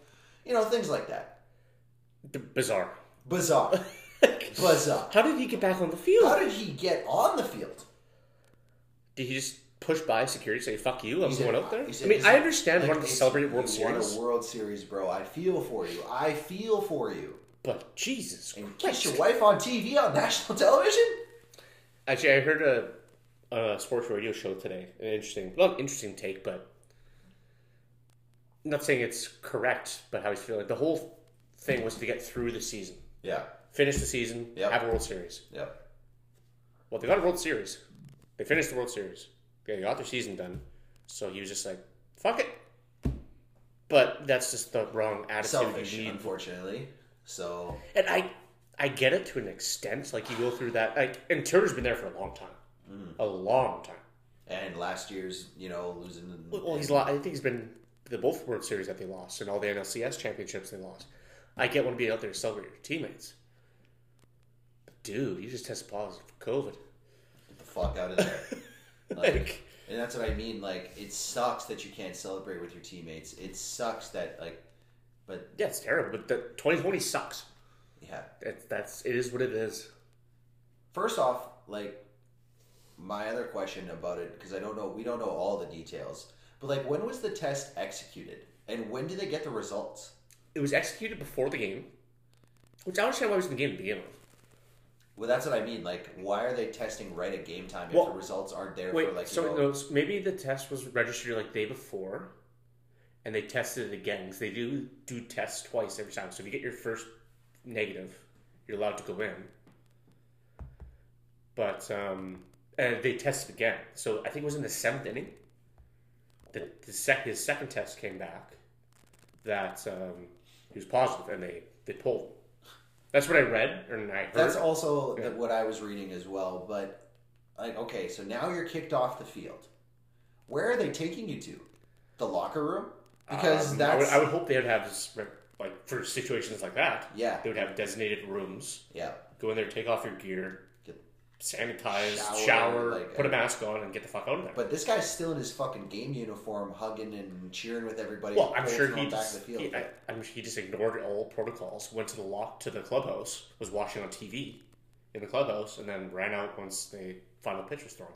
Speaker 1: You know things like that.
Speaker 2: D- bizarre.
Speaker 1: Bizarre. Bizarre.
Speaker 2: How did he get back on the
Speaker 1: How
Speaker 2: field?
Speaker 1: did he get on the field?
Speaker 2: Did he just push by security and say "fuck you"? I'm
Speaker 1: He's
Speaker 2: going
Speaker 1: in-
Speaker 2: up there.
Speaker 1: he's
Speaker 2: I
Speaker 1: in-
Speaker 2: mean,
Speaker 1: he's
Speaker 2: I
Speaker 1: in-
Speaker 2: understand
Speaker 1: Like,
Speaker 2: wanting to
Speaker 1: it's-
Speaker 2: celebrate
Speaker 1: you
Speaker 2: World
Speaker 1: won
Speaker 2: Series,
Speaker 1: a World Series, bro. I feel for you. I feel for you.
Speaker 2: but Jesus
Speaker 1: And kiss
Speaker 2: Christ!
Speaker 1: your wife on TV on national television?
Speaker 2: Actually, I heard a, a sports radio show today. An interesting, well, interesting take, but I'm not saying it's correct. But how he's feeling. The whole thing was to get through the season,
Speaker 1: Yeah.
Speaker 2: finish the season,
Speaker 1: Yep.
Speaker 2: have a World Series.
Speaker 1: Yeah.
Speaker 2: Well, they got a World Series. They finished the World Series. They got their season done. So he was just like, fuck it. But that's just the wrong attitude
Speaker 1: Selfish,
Speaker 2: you need.
Speaker 1: unfortunately. So
Speaker 2: And I I get it to an extent. Like you go through that like and Turner's been there for a long time. A long time.
Speaker 1: and last year's, you know, losing the
Speaker 2: Well he's lo- I think he's been the both World Series that they lost and all the NLCS championships they lost. I get want to be out there to celebrate your teammates. But dude, you just tested positive for COVID.
Speaker 1: get the fuck out of there.
Speaker 2: Like
Speaker 1: And that's what I mean. Like, it sucks that you can't celebrate with your teammates. It sucks that like, but
Speaker 2: yeah, it's terrible, but the 2020 sucks.
Speaker 1: yeah.
Speaker 2: It, that's it is what it is.
Speaker 1: First off, like my other question about it because I don't know, we don't know all the details. But like, when was the test executed, and when did they get the results?
Speaker 2: It was executed before the game, which I understand why it was in the game to begin with.
Speaker 1: Well, that's what I mean. Like, why are they testing right at game time if
Speaker 2: Well,
Speaker 1: the results aren't there
Speaker 2: Wait,
Speaker 1: for like?
Speaker 2: so
Speaker 1: you know-
Speaker 2: no, so maybe the test was registered like day before, and they tested it again because they do do tests twice every time. So if you get your first negative, you're allowed to go in. But um, and they tested again. So I think it was in the seventh inning. The, the sec- his second test came back that um, he was positive, and they they pulled. him. That's what I read, or I heard.
Speaker 1: That's also the, what I was reading as well. But like, okay, so now you're kicked off the field. Where are they taking you to? The locker room? Because
Speaker 2: Um, I would,
Speaker 1: that's
Speaker 2: I would hope they would have s- like for situations like that.
Speaker 1: yeah,
Speaker 2: They would have designated rooms.
Speaker 1: yeah.
Speaker 2: Go in there, take off your gear,
Speaker 1: Get-
Speaker 2: sanitize,
Speaker 1: Shower,
Speaker 2: shower,
Speaker 1: like,
Speaker 2: put a
Speaker 1: uh,
Speaker 2: mask on, and get the fuck out of there.
Speaker 1: But this guy's still in his fucking game uniform, hugging and cheering with everybody.
Speaker 2: well, I'm
Speaker 1: pulling
Speaker 2: sure
Speaker 1: from
Speaker 2: he
Speaker 1: back of
Speaker 2: just,
Speaker 1: the field.
Speaker 2: he- I, I'm sure he just ignored all protocols, went to the lock to the clubhouse, was watching on TV in the clubhouse, and then ran out once the final pitch was thrown.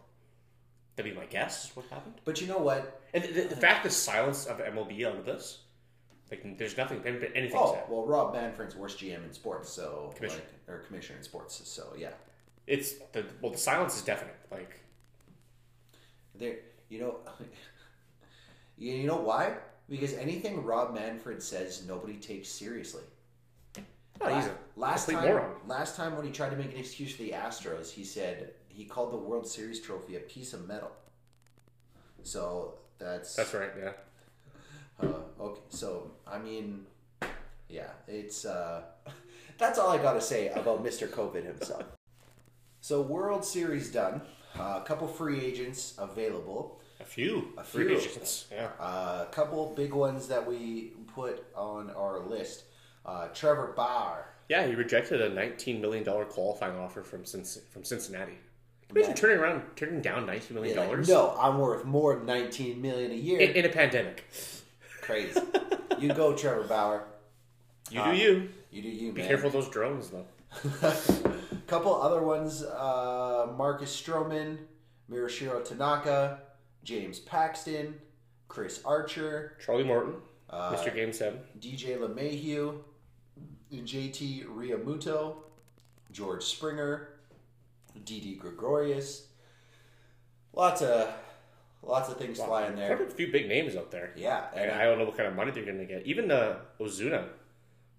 Speaker 2: That'd be my guess. Is what happened.
Speaker 1: but you know what?
Speaker 2: And the, the,
Speaker 1: Uh-huh.
Speaker 2: the fact the silence of MLB on this, like, there's nothing, anything
Speaker 1: Oh
Speaker 2: said.
Speaker 1: well, Rob Manfred's worst GM in sports, so
Speaker 2: Commissioner.
Speaker 1: like- or commissioner in sports. So yeah,
Speaker 2: It's the well, the silence is definite. Like,
Speaker 1: there. You know, you, you know why? Because anything Rob Manfred says, nobody takes seriously.
Speaker 2: oh, he's a
Speaker 1: last
Speaker 2: complete
Speaker 1: time,
Speaker 2: moron.
Speaker 1: last time when he tried to make an excuse for the Astros, he said he called the World Series trophy a piece of metal. So that's
Speaker 2: That's right. Yeah.
Speaker 1: Uh, okay, so I mean, yeah, it's uh, that's all I gotta say about Mr. COVID himself. So World Series done, uh, a couple free agents available,
Speaker 2: A few.
Speaker 1: A
Speaker 2: free
Speaker 1: few.
Speaker 2: agents. Yeah.
Speaker 1: a couple big ones that we put on our list. Uh, Trevor Bauer,
Speaker 2: Yeah. He rejected a 19 million dollar qualifying offer from Cinc- from Cincinnati. Can you Imagine turning around, turning down 19 million
Speaker 1: Like,
Speaker 2: dollars
Speaker 1: no, I'm worth more than 19 million a year.
Speaker 2: in, in a pandemic.
Speaker 1: Crazy. you go, Trevor Bauer.
Speaker 2: You do you.
Speaker 1: You do you,
Speaker 2: Be
Speaker 1: Ah, man.
Speaker 2: careful of those drones, though.
Speaker 1: couple other ones uh, Marcus Stroman, Mirashiro Tanaka, James Paxton, Chris Archer,
Speaker 2: Charlie Morton,
Speaker 1: Uh,
Speaker 2: Mr. Game Seven.
Speaker 1: DJ LeMahieu, JT Riamuto, George Springer, DD Gregorius. Lots of lots of things flying
Speaker 2: Quite
Speaker 1: there.
Speaker 2: a few big names out there.
Speaker 1: Yeah, and
Speaker 2: And I don't know what kind of money they're going to get. Even uh, Ozuna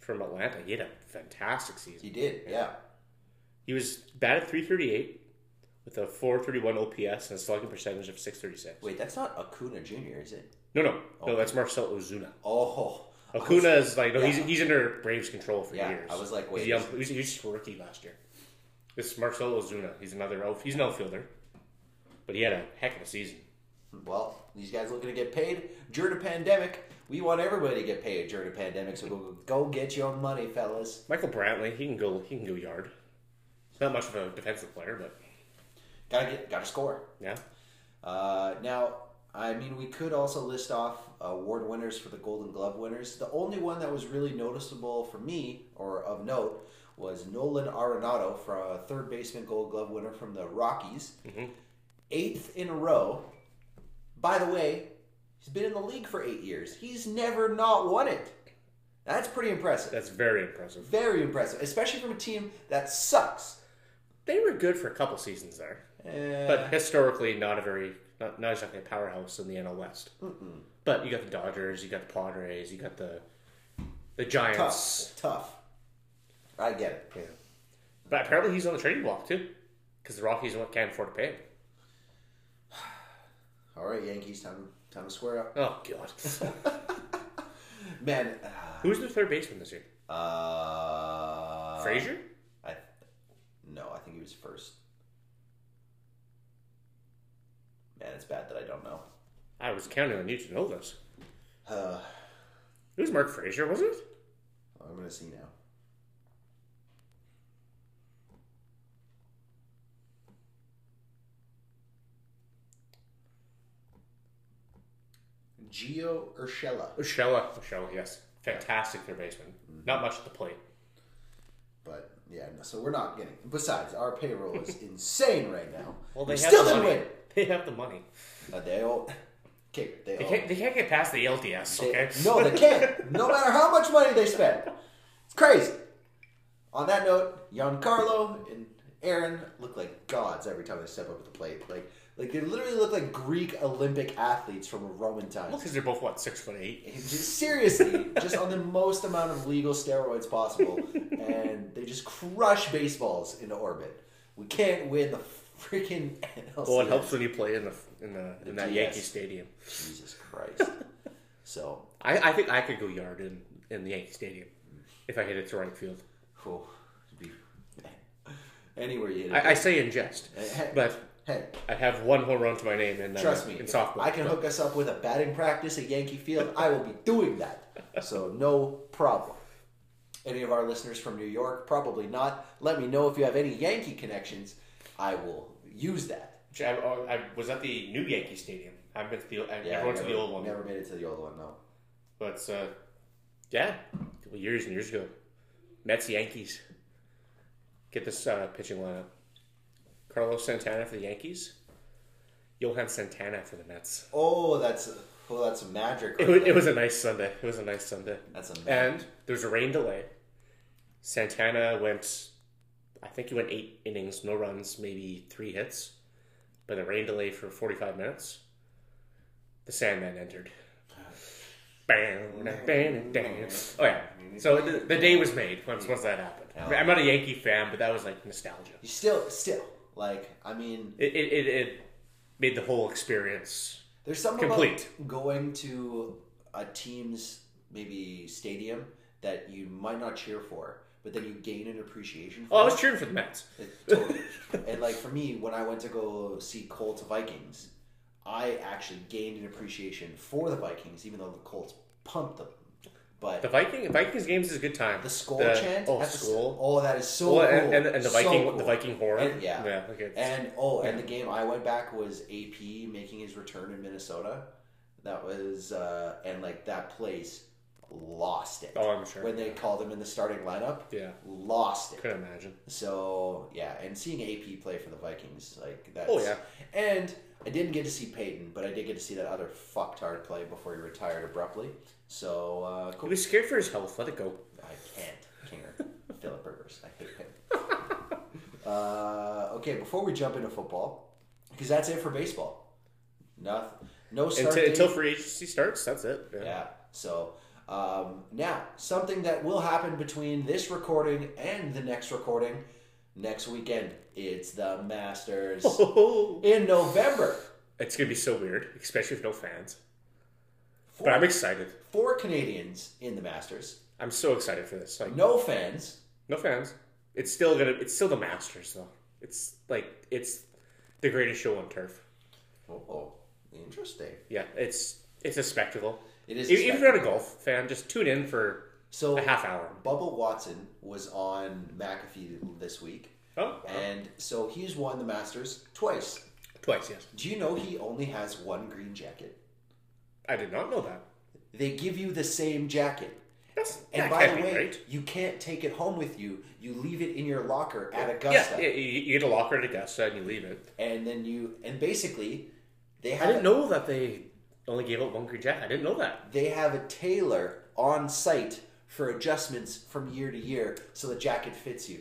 Speaker 2: from Atlanta, he had a fantastic
Speaker 1: he
Speaker 2: season.
Speaker 1: did. Yeah,
Speaker 2: He was batted 338 with a 431 OPS and a slugging percentage of 636.
Speaker 1: wait, Oh, that's not Acuna Jr., is it?
Speaker 2: No, no. No, that's Marcel Ozuna.
Speaker 1: Oh,
Speaker 2: Acuna is like, no,
Speaker 1: Yeah.
Speaker 2: he's, he's under Braves control for
Speaker 1: Yeah,
Speaker 2: years.
Speaker 1: I was like, wait,
Speaker 2: He's, young, he was, he was just a rookie last year. This is Marcel Ozuna. He's another, out- he's an outfielder. But he had a heck of a season.
Speaker 1: Well, these guys looking to get paid during a pandemic. We want everybody to get paid during a pandemic, so go, go get your own money, fellas.
Speaker 2: Michael Brantley, he can go, he can go yard. He's not much of a defensive player, but
Speaker 1: Gotta get, gotta score.
Speaker 2: yeah.
Speaker 1: Uh, now, I mean, we could also list off award winners for the Golden Glove winners. The only one that was really noticeable for me, or of note, was Nolan Arenado, for a third baseman Gold Glove winner from the Rockies,
Speaker 2: Mm-hmm.
Speaker 1: eighth in a row. By the way, he's been in the league for eight years. He's never not won it. That's pretty impressive.
Speaker 2: That's very impressive.
Speaker 1: Very impressive, especially from a team that sucks.
Speaker 2: They were good for a couple seasons there,
Speaker 1: Eh,
Speaker 2: but historically not a very not not exactly a powerhouse in the NL West. But you got the Dodgers, you got the Padres, you got the the Giants.
Speaker 1: tough, tough. I get it.
Speaker 2: Yeah. But apparently he's on the trading block too, because the Rockies won't- can't afford to pay him.
Speaker 1: All right, Yankees, time time to square up,
Speaker 2: Oh god,
Speaker 1: man.
Speaker 2: who's their third baseman this year?
Speaker 1: Uh,
Speaker 2: Frazier?
Speaker 1: I no, I think he was first. Man, it's bad that I don't know.
Speaker 2: I was counting on you to know this.
Speaker 1: Uh,
Speaker 2: It was Mark Frazier, wasn't it?
Speaker 1: I'm gonna see now. Gio Urshela,
Speaker 2: Urshela, Urshela, yes, fantastic third baseman.
Speaker 1: Mm-hmm.
Speaker 2: Not much at the plate.
Speaker 1: but yeah, no, so we're not getting. Besides, our payroll is insane right now.
Speaker 2: Well,
Speaker 1: we still didn't
Speaker 2: money.
Speaker 1: win.
Speaker 2: They have the money.
Speaker 1: Uh, they all, okay, they,
Speaker 2: They
Speaker 1: all,
Speaker 2: can't, they can't get past the LDS.
Speaker 1: they-
Speaker 2: Okay.
Speaker 1: no, they can't. No matter how much money they spend, it's crazy. On that note, Giancarlo and Aaron look like gods every time they step up to the plate. Like, like they literally look like Greek Olympic athletes from Roman times.
Speaker 2: because they're both what six foot eight.
Speaker 1: Just seriously, just on the most amount of legal steroids possible, and they just crush baseballs into orbit. We can't win the freaking NLCS.
Speaker 2: Well, it helps when you play in the in the in that
Speaker 1: DS.
Speaker 2: Yankee Stadium.
Speaker 1: Jesus Christ. so,
Speaker 2: I, I think I could go yard in in the Yankee Stadium if I hit it to right field.
Speaker 1: cool. It'd be- Anywhere you hit it.
Speaker 2: I, I say in jest, but
Speaker 1: Hey,
Speaker 2: I have one home run to my name in uh,
Speaker 1: trust me.
Speaker 2: in
Speaker 1: if
Speaker 2: softball.
Speaker 1: I can hook us up with a batting practice at Yankee Field. I will be doing that. So no problem. Any of our listeners from New York? Probably not. Let me know if you have any Yankee connections. I will use that.
Speaker 2: Which I, oh, I was at the new Yankee Stadium. I've been to the I never
Speaker 1: I
Speaker 2: went to
Speaker 1: never-
Speaker 2: the old one,
Speaker 1: Never made it to the old one. No.
Speaker 2: but uh, yeah, a couple years and years ago, Mets Yankees. Get this uh, pitching lineup: Carlos Santana for the Yankees, Johan Santana for the Mets.
Speaker 1: Oh, that's oh, that's magic.
Speaker 2: It was, it was a nice Sunday. It was a nice Sunday.
Speaker 1: that's a magic.
Speaker 2: And there was a rain delay. Santana went, I think he went eight innings, no runs, maybe three hits, but the rain delay for 45 minutes. The Sandman entered. Bam, da, bam, da, da. Oh, yeah. So the, the day was made once, once that happened. I mean, I'm not a Yankee fan, but that was like nostalgia.
Speaker 1: You still, still, like, I mean,
Speaker 2: It, it, it, it made the whole experience.
Speaker 1: there's something
Speaker 2: Complete.
Speaker 1: about going to a team's maybe stadium that you might not cheer for, but then you gain an appreciation for.
Speaker 2: Oh, I was cheering for the Mets.
Speaker 1: It, totally. and like for me, when I went to go see Colts Vikings, I actually gained an appreciation for the Vikings, even though the Colts pumped them. But
Speaker 2: The Viking, Vikings games is a good time.
Speaker 1: the skull
Speaker 2: The-
Speaker 1: chant,
Speaker 2: Oh,
Speaker 1: at the-
Speaker 2: skull.
Speaker 1: oh, that is so
Speaker 2: Well,
Speaker 1: cool.
Speaker 2: and, and, and the
Speaker 1: So
Speaker 2: Viking,
Speaker 1: cool.
Speaker 2: the Viking horror.
Speaker 1: And- yeah.
Speaker 2: okay. it's-
Speaker 1: And oh, and the game I went back was AP making his return in Minnesota. That was uh, and like that place lost it
Speaker 2: oh, I'm sure.
Speaker 1: when they called him in the starting lineup.
Speaker 2: yeah,
Speaker 1: Lost it.
Speaker 2: could imagine.
Speaker 1: So yeah, and seeing AP play for the Vikings like that.
Speaker 2: Oh, yeah.
Speaker 1: And I didn't get to see Peyton, but I did get to see that other fucktard play before he retired abruptly. So uh,
Speaker 2: He
Speaker 1: cool.
Speaker 2: was scared for his health. Let it go.
Speaker 1: I can't. Kinger. Philip Rivers. I hate him. uh, okay, before we jump into football, because that's it for baseball. Nothing. No start
Speaker 2: Until,
Speaker 1: date.
Speaker 2: until free agency starts, that's it. Yeah.
Speaker 1: yeah. So um, now something that will happen between this recording and the next recording next weekend. It's the Masters
Speaker 2: Oh,
Speaker 1: in November.
Speaker 2: it's gonna be so weird, especially with no fans. But I'm
Speaker 1: Four,
Speaker 2: excited.
Speaker 1: four Canadians in the Masters.
Speaker 2: I'm so excited for this. Like,
Speaker 1: No fans.
Speaker 2: no fans. It's still gonna. It's still the Masters, though. It's like it's the greatest show on turf.
Speaker 1: Oh, interesting.
Speaker 2: Yeah, it's it's a spectacle.
Speaker 1: It is. a
Speaker 2: If, if
Speaker 1: spectacle.
Speaker 2: you're not a golf fan, just tune in for
Speaker 1: so
Speaker 2: a half hour.
Speaker 1: Bubba Watson was on McAfee this week,
Speaker 2: Oh,
Speaker 1: and so he's won the Masters twice.
Speaker 2: twice. Yes,
Speaker 1: Do you know he only has one green jacket?
Speaker 2: I did not know that.
Speaker 1: They give you the same jacket.
Speaker 2: That's
Speaker 1: And
Speaker 2: that
Speaker 1: by the
Speaker 2: can't be
Speaker 1: way,
Speaker 2: right.
Speaker 1: you can't take it home with you. You leave it in your locker at
Speaker 2: Yeah,
Speaker 1: Augusta,
Speaker 2: yeah, you, you get a locker at Augusta and you leave it.
Speaker 1: and then you and basically they
Speaker 2: I
Speaker 1: have
Speaker 2: didn't know that they only gave out one green jacket. I didn't know that.
Speaker 1: they have a tailor on site for adjustments from year to year, so the jacket fits you.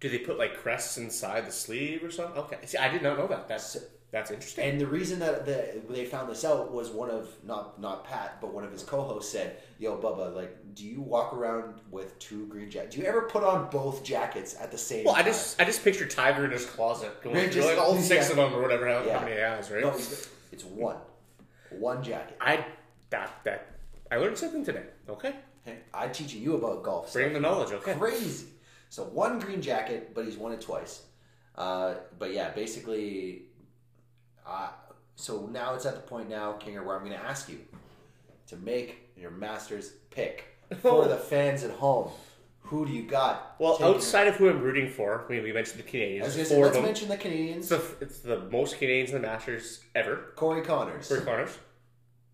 Speaker 2: Do they put like crests inside the sleeve or something? Okay, see, I did not know that. That's that's interesting.
Speaker 1: And the reason that the, they found this out was one of not not Pat, but one of his co-hosts said, "Yo, Bubba, like, do you walk around with two green jackets? Do you ever put on both jackets at the same?"
Speaker 2: Well, I
Speaker 1: time?
Speaker 2: just I just picture Tiger in his closet going
Speaker 1: Right,
Speaker 2: through
Speaker 1: just-
Speaker 2: like all six
Speaker 1: yeah.
Speaker 2: of them or whatever how,
Speaker 1: Yeah.
Speaker 2: how many he has, right?
Speaker 1: no, it's one, one jacket.
Speaker 2: I that that I learned something today. Okay,
Speaker 1: Hey, I'm teaching you about golf.
Speaker 2: bring the knowledge. Okay,
Speaker 1: crazy. So one green jacket, but he's won it twice. Uh, but yeah, basically, uh, so now it's at the point now, Kinger, where I'm going to ask you to make your Masters pick for the fans at home. Who do you got?
Speaker 2: Oh. well,
Speaker 1: taking-
Speaker 2: outside of who I'm rooting for, I mean, we mentioned the
Speaker 1: I was
Speaker 2: Canadians.
Speaker 1: gonna say,
Speaker 2: Four of
Speaker 1: let's
Speaker 2: them.
Speaker 1: mention the Canadians.
Speaker 2: It's the, it's the most Canadians in the Masters ever.
Speaker 1: Corey Connors,
Speaker 2: Corey Connors,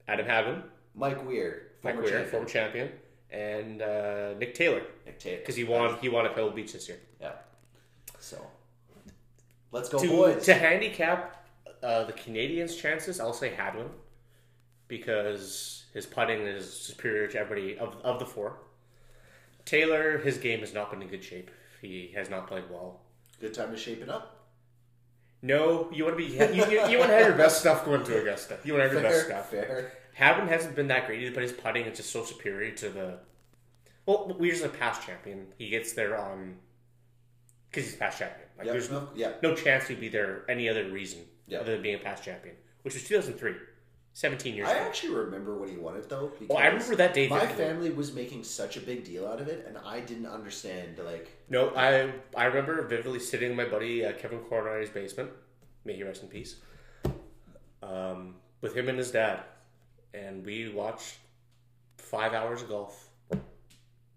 Speaker 2: Adam Hadwin,
Speaker 1: Mike Weir,
Speaker 2: Mike
Speaker 1: former
Speaker 2: Weir,
Speaker 1: champion.
Speaker 2: former champion, and uh, Nick Taylor
Speaker 1: Nick Taylor.
Speaker 2: because he won he won at Pebble Beach this year.
Speaker 1: Yeah. So let's go,
Speaker 2: to,
Speaker 1: boys.
Speaker 2: to handicap uh, the Canadians' chances, I'll say Hadwin because his putting is superior to everybody of, of the four. Taylor, his game has not been in good shape. He has not played well.
Speaker 1: Good time to shape it up.
Speaker 2: No, you want to be you, you, you want to have your best stuff going to Augusta. You want to have your best stuff.
Speaker 1: fair.
Speaker 2: Hadwin hasn't been that great either, but his putting is just so superior to the. Well, Weir's a past champion. He gets there on because he's past champion. Like
Speaker 1: Yeah,
Speaker 2: there's
Speaker 1: no, yeah.
Speaker 2: no chance he'd be there any other reason
Speaker 1: Yeah.
Speaker 2: other than being a past champion, which was 2003, 17 years
Speaker 1: I
Speaker 2: ago.
Speaker 1: actually remember when he won it though. Because
Speaker 2: Well, I remember that day.
Speaker 1: my
Speaker 2: vividly.
Speaker 1: family was making such a big deal out of it, and I didn't understand. Like,
Speaker 2: No, I I remember vividly sitting in my buddy uh, Kevin Cornell's basement may he rest in peace, um, with him and his dad, and we watched five hours of golf,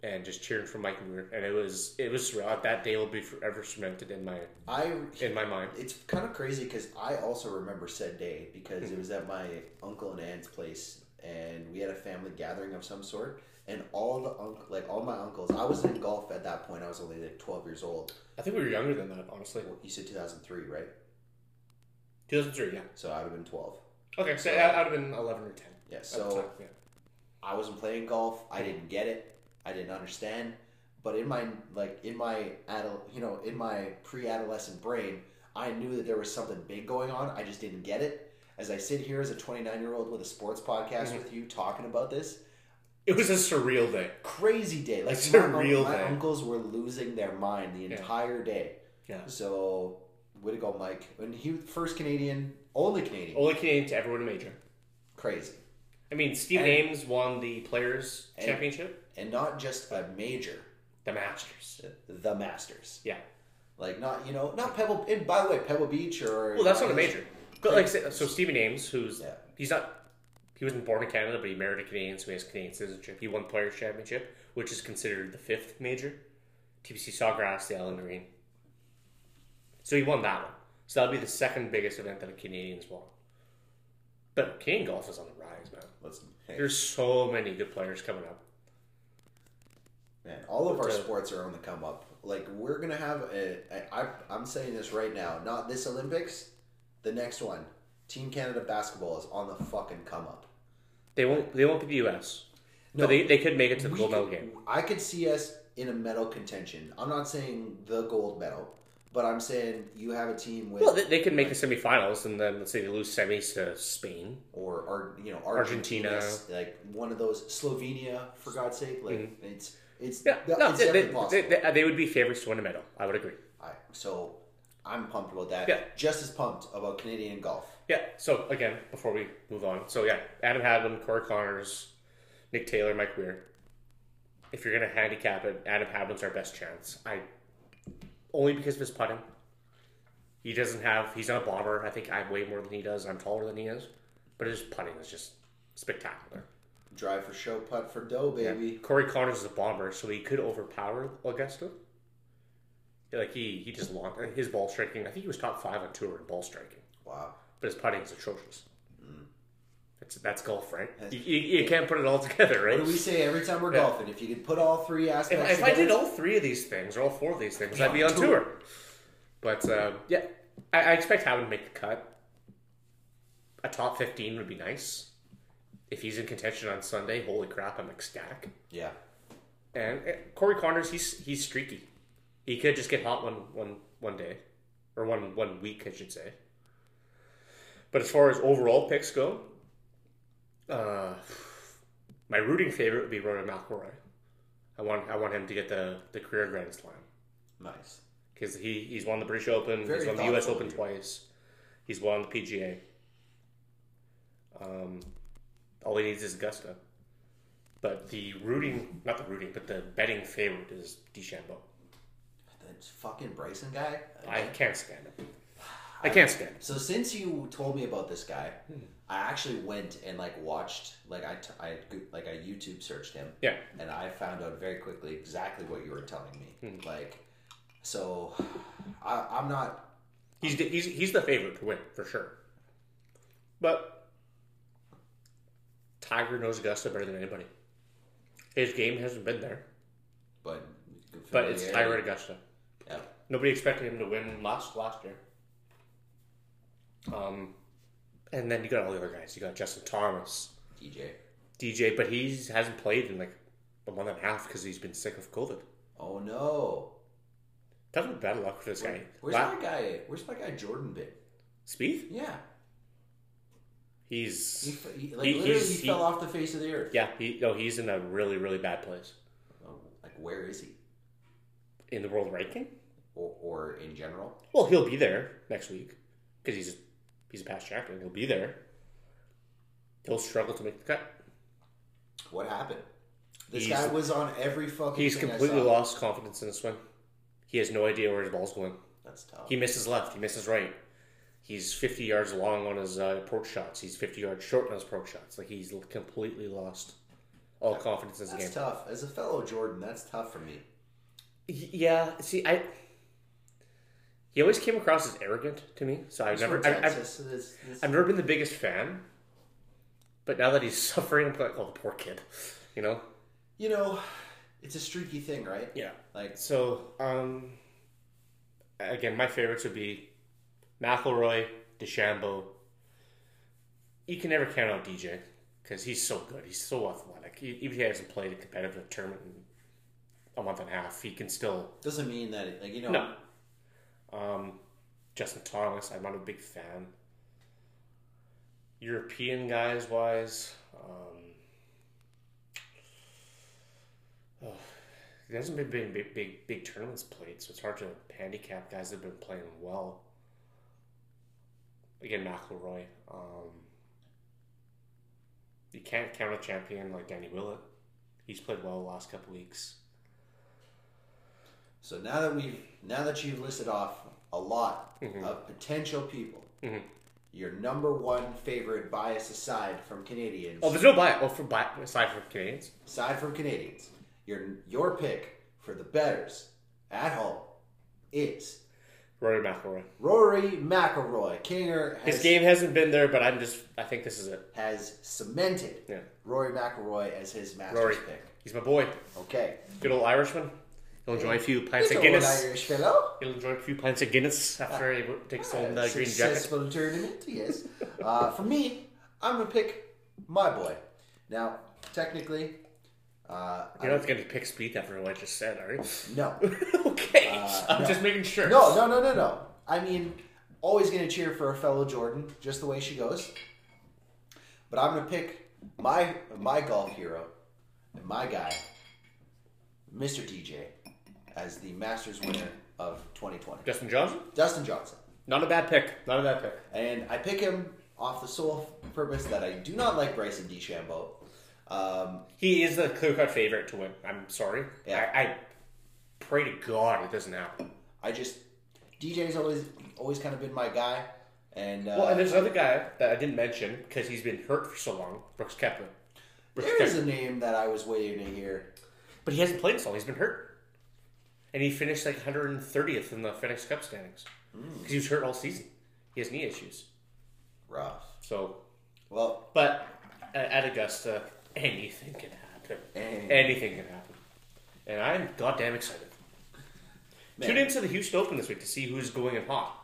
Speaker 2: and just cheering for Mike Muir, and it was it was surreal. That day will be forever cemented in my
Speaker 1: I
Speaker 2: in my mind.
Speaker 1: it's kind of crazy because I also remember said day because
Speaker 2: Hmm.
Speaker 1: it was at my uncle and aunt's place, and we had a family gathering of some sort. And all the unc- like all my uncles, I was in golf at that point. I was only like twelve years old.
Speaker 2: I think we were younger than that, honestly.
Speaker 1: You said two thousand three, right?
Speaker 2: 2003, yeah.
Speaker 1: So I would have been twelve.
Speaker 2: Okay, so I, I'd have been 11 or 10.
Speaker 1: Yeah.
Speaker 2: At the time,
Speaker 1: So
Speaker 2: yeah.
Speaker 1: I wasn't playing golf. I didn't get it. I didn't understand. But in my like in my adult, you know, in my pre-adolescent brain, I knew that there was something big going on. I just didn't get it. As I sit here as a 29-year-old with a sports podcast with you talking about this,
Speaker 2: It was a surreal day.
Speaker 1: crazy day. Like
Speaker 2: It's
Speaker 1: my,
Speaker 2: a
Speaker 1: un-
Speaker 2: real
Speaker 1: my
Speaker 2: day.
Speaker 1: uncles were losing their mind the
Speaker 2: Yeah.
Speaker 1: entire day.
Speaker 2: Yeah.
Speaker 1: So way to go, Mike. And he was first Canadian, only Canadian.
Speaker 2: Only Canadian to ever win a major.
Speaker 1: Crazy.
Speaker 2: I mean, Steve
Speaker 1: And-
Speaker 2: Ames won the Players
Speaker 1: And-
Speaker 2: Championship,
Speaker 1: And not just a major,
Speaker 2: the Masters.
Speaker 1: the Masters.
Speaker 2: Yeah.
Speaker 1: Like not you know not Pebble. And by the way, Pebble Beach or
Speaker 2: Well, that's not a major. But like, say- so Stephen Ames, who's
Speaker 1: Yeah.
Speaker 2: he's not, he wasn't born in Canada, but he married a Canadian, so he has Canadian citizenship. He won Players Championship, which is considered the fifth major. TPC Sawgrass, the Island Marine. So he won that one. So that'll be the second biggest event that a Canadian's won. But Canadian golf is on the rise, man.
Speaker 1: Let's,
Speaker 2: There's so many good players coming up.
Speaker 1: man, all of our
Speaker 2: Uh,
Speaker 1: sports are on the come up. Like we're gonna have a, a I, I'm saying this right now. Not this Olympics, the next one. Team Canada basketball is on the fucking come up.
Speaker 2: They won't. They won't be the U.S.
Speaker 1: No.
Speaker 2: but they, they could make it to the
Speaker 1: We
Speaker 2: gold medal
Speaker 1: could-
Speaker 2: game.
Speaker 1: I could see us in a medal contention. I'm not saying the gold medal, but I'm saying you have a team with
Speaker 2: Well, they, they could make the semifinals, and then let's say they lose semis to Spain.
Speaker 1: or or you know
Speaker 2: Argentina.
Speaker 1: Argentina, like one of those Slovenia for God's sake. Like it's it's
Speaker 2: Mm-hmm. Yeah,
Speaker 1: that-
Speaker 2: no,
Speaker 1: it's
Speaker 2: they,
Speaker 1: definitely
Speaker 2: they,
Speaker 1: possible.
Speaker 2: they, they, they would be favorites to win a medal. I would agree.
Speaker 1: Alright, so I'm pumped about that.
Speaker 2: Yeah.
Speaker 1: Just as pumped about Canadian golf.
Speaker 2: Yeah. So again, before we move on, so yeah, Adam Hadwin, Corey Connors, Nick Taylor, Mike Weir. If you're gonna handicap it, Adam Hadwin's our best chance. I only because of his putting. He doesn't have. He's not a bomber. I think I weigh more than he does. I'm taller than he is, but his putting is just spectacular.
Speaker 1: Drive for show, putt for dough, baby.
Speaker 2: Corey Connors is a bomber, so he could overpower Augusta. Yeah, Like he, he just launched his ball striking. I think he was top five on tour in ball striking,
Speaker 1: Wow.
Speaker 2: but his putting is atrocious.
Speaker 1: Mm.
Speaker 2: That's that's golf, right? You, you, you can't put it all together, right?
Speaker 1: What do we say every time we're golfing? If you could put all three
Speaker 2: if,
Speaker 1: aspects
Speaker 2: if I did
Speaker 1: together-
Speaker 2: all three of these things or all four of these things, I'd be
Speaker 1: on
Speaker 2: on tour. But um, yeah, I, I expect Howard to make the cut. A top fifteen would be nice. If he's in contention on Sunday, holy crap, I'm ecstatic.
Speaker 1: Yeah.
Speaker 2: And uh, Corey Connors, he's he's streaky. He could just get hot one one one day, or one one week, I should say. But as far as overall picks go, uh, my rooting favorite would be Rory McIlroy. I want I want him to get the the career Grand Slam
Speaker 1: Nice.
Speaker 2: because he he's won the British Open,
Speaker 1: Very
Speaker 2: he's won the U.S.
Speaker 1: thoughtful
Speaker 2: Open
Speaker 1: of you.
Speaker 2: twice, he's won the PGA. Um, all he needs is Augusta. But the rooting, not the rooting, but the betting favorite is DeChambeau.
Speaker 1: That fucking Bryson guy.
Speaker 2: I can't stand him. I can't stand him.
Speaker 1: So since you told me about this guy,
Speaker 2: Hmm.
Speaker 1: I actually went and like watched, like I, t- I go- like I YouTube searched him,
Speaker 2: Yeah,
Speaker 1: and I found out very quickly exactly what you were telling me.
Speaker 2: Hmm.
Speaker 1: Like, so I, I'm not.
Speaker 2: he's the- he's he's the favorite to win for sure. But Tiger knows Augusta better than anybody. His game hasn't been there,
Speaker 1: But
Speaker 2: but it's Tiger at
Speaker 1: familiarity-
Speaker 2: Augusta.
Speaker 1: Yeah.
Speaker 2: Nobody expected him to win last last year. Um, and then you got all the other guys. You got Justin Thomas,
Speaker 1: DJ.
Speaker 2: DJ, but he hasn't played in like a month and a half because he's been sick of COVID.
Speaker 1: Oh no.
Speaker 2: That's been bad luck for this guy.
Speaker 1: Where's
Speaker 2: La-
Speaker 1: my guy? Where's my guy Jordan been?
Speaker 2: Spieth?
Speaker 1: Yeah. He,
Speaker 2: He's
Speaker 1: f- he- like
Speaker 2: He-
Speaker 1: literally
Speaker 2: he's-
Speaker 1: he
Speaker 2: he-
Speaker 1: fell off the face of the earth.
Speaker 2: yeah. He no, he's in a really really bad place
Speaker 1: Oh, Like where is he?
Speaker 2: in the world ranking.
Speaker 1: Or, or in general?
Speaker 2: Well, he'll be there next week because he's he's a past champion. He'll be there. He'll struggle to make the cut.
Speaker 1: What happened? This
Speaker 2: He's-
Speaker 1: guy was on every fucking.
Speaker 2: He's
Speaker 1: thing I
Speaker 2: completely
Speaker 1: saw.
Speaker 2: lost confidence in his swing. He has no idea where his ball's going.
Speaker 1: That's tough.
Speaker 2: He misses left. He misses right. He's 50 yards long on his uh, approach shots. He's 50 yards short on his approach shots. Like he's completely lost all confidence in his
Speaker 1: That's
Speaker 2: game.
Speaker 1: tough. As a fellow Jordan, that's tough for me.
Speaker 2: Y- Yeah, see, I he always came across as arrogant to me. So I've
Speaker 1: He's from
Speaker 2: never, I, I've,
Speaker 1: Texas, so this- this-
Speaker 2: I've never been the biggest fan. But now that he's suffering, I'm like, oh, the poor kid, you know.
Speaker 1: you know, it's a streaky thing, right?
Speaker 2: Yeah.
Speaker 1: Like,
Speaker 2: So, um, again, my favorites would be McElroy, DeChambeau. You can never count out DJ because he's so good. He's so athletic. E- Even if he hasn't played a competitive tournament in a month and a half, he can still.
Speaker 1: doesn't mean that, it, like, you know,
Speaker 2: No. Um, Justin Thomas, I'm not a big fan. European guys wise, um, oh, there hasn't been big, big, big, big tournaments played, so it's hard to handicap guys that have been playing well. Again, McElroy. Um, you can't count a champion like Danny Willett. He's played well the last couple weeks.
Speaker 1: So now that we've now that you've listed off a lot
Speaker 2: Mm-hmm.
Speaker 1: of potential people, your number one favorite bias aside from Canadians,
Speaker 2: Oh, there's no buy. Well, for buy aside from Canadians,
Speaker 1: aside from Canadians, your your pick for the betters at home is
Speaker 2: Rory McIlroy.
Speaker 1: Rory McIlroy. Kinger
Speaker 2: His
Speaker 1: has,
Speaker 2: game hasn't been there, but I'm just. I think this is it.
Speaker 1: has cemented
Speaker 2: Yeah,
Speaker 1: Rory McIlroy as his Masters
Speaker 2: Rory.
Speaker 1: pick.
Speaker 2: He's my boy.
Speaker 1: Okay,
Speaker 2: Good old Irishman. He'll enjoy a few pints
Speaker 1: He's
Speaker 2: of
Speaker 1: a good
Speaker 2: Guinness.
Speaker 1: Irish fellow.
Speaker 2: He'll enjoy a few pints of Guinness after he takes on the green jacket.
Speaker 1: Uh, successful tournament, yes. Uh, for me, I'm gonna pick my boy. Now, technically, uh,
Speaker 2: You're not going to pick speed after what I just said, are you?
Speaker 1: no,
Speaker 2: okay, I'm
Speaker 1: Uh, no.
Speaker 2: just making sure.
Speaker 1: no, no, no, no, no. I mean, always gonna cheer for a fellow Jordan, just the way she goes. But I'm gonna pick my my golf hero and my guy, Mr. DJ, as the Masters winner of 2020,
Speaker 2: Justin Johnson,
Speaker 1: Dustin Johnson.
Speaker 2: not a bad pick. Not a bad pick.
Speaker 1: And I pick him off the sole purpose that I do not like Bryson DeChambeau. Um,
Speaker 2: He is the clear-cut favorite to win. I'm sorry.
Speaker 1: Yeah.
Speaker 2: I, I pray to God it doesn't happen.
Speaker 1: I just DJ's always always kind of been my guy, and, uh,
Speaker 2: Well, and there's another guy that I didn't mention because he's been hurt for so long, Brooks Kepler. Brooks
Speaker 1: there is
Speaker 2: Koepka.
Speaker 1: a name that I was waiting to hear.
Speaker 2: But he hasn't played so long. He's been hurt. And he finished like 130th in the FedEx Cup standings
Speaker 1: Hmm.
Speaker 2: because he was hurt all season. He has knee issues.
Speaker 1: Rough.
Speaker 2: So,
Speaker 1: Well,
Speaker 2: but a- at Augusta, anything can happen.
Speaker 1: Anything.
Speaker 2: Anything can happen. And I'm goddamn excited.
Speaker 1: man,
Speaker 2: Tune into the Houston Open this week to see who's going in hot.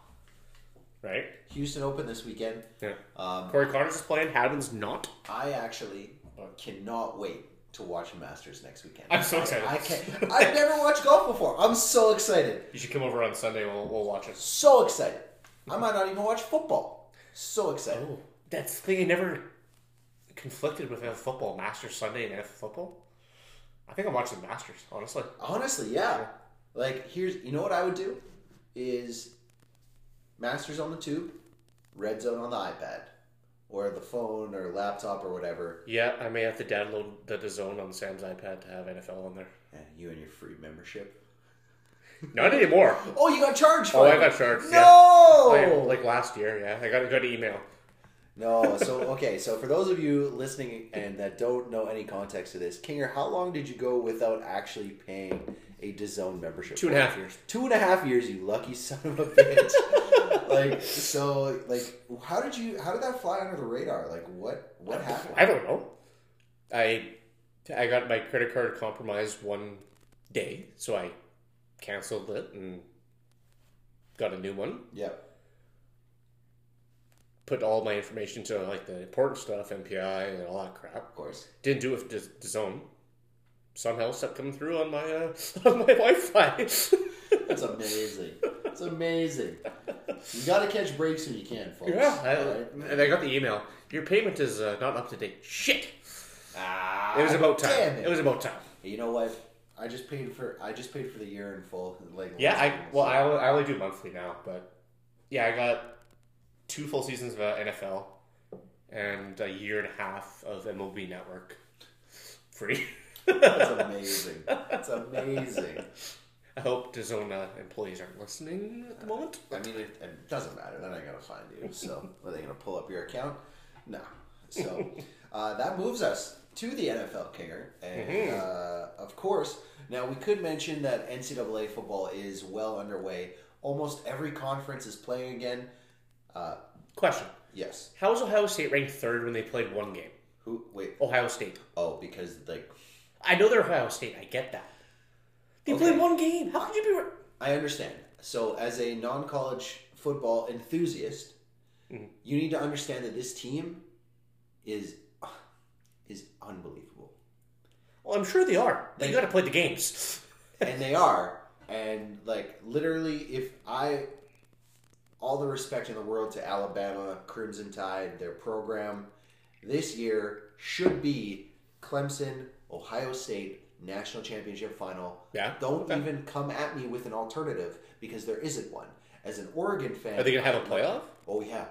Speaker 2: Right?
Speaker 1: Houston Open this weekend.
Speaker 2: Yeah.
Speaker 1: Um,
Speaker 2: Corey Connors is playing. Hadwin's not.
Speaker 1: I actually uh, cannot wait to watch Masters next weekend.
Speaker 2: I'm so excited.
Speaker 1: I can't. I've never watched golf before. I'm so excited.
Speaker 2: You should come over on Sunday. We'll, we'll watch it.
Speaker 1: So excited. I might not even watch football. So excited.
Speaker 2: Oh, that's the thing. I never conflicted with NFL football, Masters Sunday, and NFL football. I think I'm watching the Masters, honestly.
Speaker 1: Honestly, yeah. Like here's you know what I would do is Masters on the tube, Red Zone on the iPad or the phone or laptop or whatever.
Speaker 2: Yeah, I may have to download the DAZN on Sam's iPad to have NFL on there.
Speaker 1: And you and your free membership.
Speaker 2: Not anymore.
Speaker 1: Oh, you got charged for
Speaker 2: Oh, I
Speaker 1: it.
Speaker 2: got charged, yeah.
Speaker 1: No.
Speaker 2: Like, like last year, yeah. I got, got an email.
Speaker 1: no, so okay, so for those of you listening and that don't know any context to this, Kinger, how long did you go without actually paying a DAZN membership?
Speaker 2: Two and a half years.
Speaker 1: two and a half years you lucky son of a bitch like so like how did you how did that fly under the radar like what what
Speaker 2: I
Speaker 1: happened
Speaker 2: don't know. I I got my credit card compromised one day, so I canceled it and got a new one.
Speaker 1: yeah
Speaker 2: Put all my information to like the important stuff, MPI and all that crap.
Speaker 1: of course
Speaker 2: Didn't do it with the zone. Somehow stuff coming through on my uh, on my Wi-Fi.
Speaker 1: that's amazing it's amazing you gotta catch breaks when you can folks
Speaker 2: yeah,
Speaker 1: Alright?
Speaker 2: I, and I got the email. Your payment is uh, not up to date. Shit!
Speaker 1: ah,
Speaker 2: It was about time.
Speaker 1: damn
Speaker 2: It was about time.
Speaker 1: you know what i just paid for i just paid for the year in full like
Speaker 2: Yeah,
Speaker 1: last year,
Speaker 2: I well,
Speaker 1: so-
Speaker 2: I only, I only do monthly now, but yeah, I got two full seasons of uh, NFL and a year and a half of MLB Network free.
Speaker 1: that's amazing that's amazing
Speaker 2: I hope DeZona employees aren't listening at the moment.
Speaker 1: I mean, it, it doesn't matter. They're not going to find you. So, are they going to pull up your account? No. So, uh, that moves us to the NFL kicker. And, uh, of course, now we could mention that NCAA football is well underway. Almost every conference is playing again. Uh,
Speaker 2: Question:
Speaker 1: yes.
Speaker 2: How is Ohio State ranked third when they played one game?
Speaker 1: Who? Wait.
Speaker 2: Ohio State.
Speaker 1: Oh, because, like,
Speaker 2: I know they're Ohio State. I get that. They
Speaker 1: Okay.
Speaker 2: played one game. How could you be? ra-
Speaker 1: I understand. So, as a non college football enthusiast, you need to understand that this team is is unbelievable,
Speaker 2: Well, I'm sure they are. They
Speaker 1: They-
Speaker 2: got to play the games.
Speaker 1: and they are. And like literally, if I all the respect in the world to Alabama Crimson Tide, their program this year should be Clemson, Ohio State national championship final.
Speaker 2: Yeah,
Speaker 1: Don't
Speaker 2: okay.
Speaker 1: even come at me with an alternative because there isn't one. As an Oregon fan,
Speaker 2: Are they going to have a playoff?
Speaker 1: Oh yeah,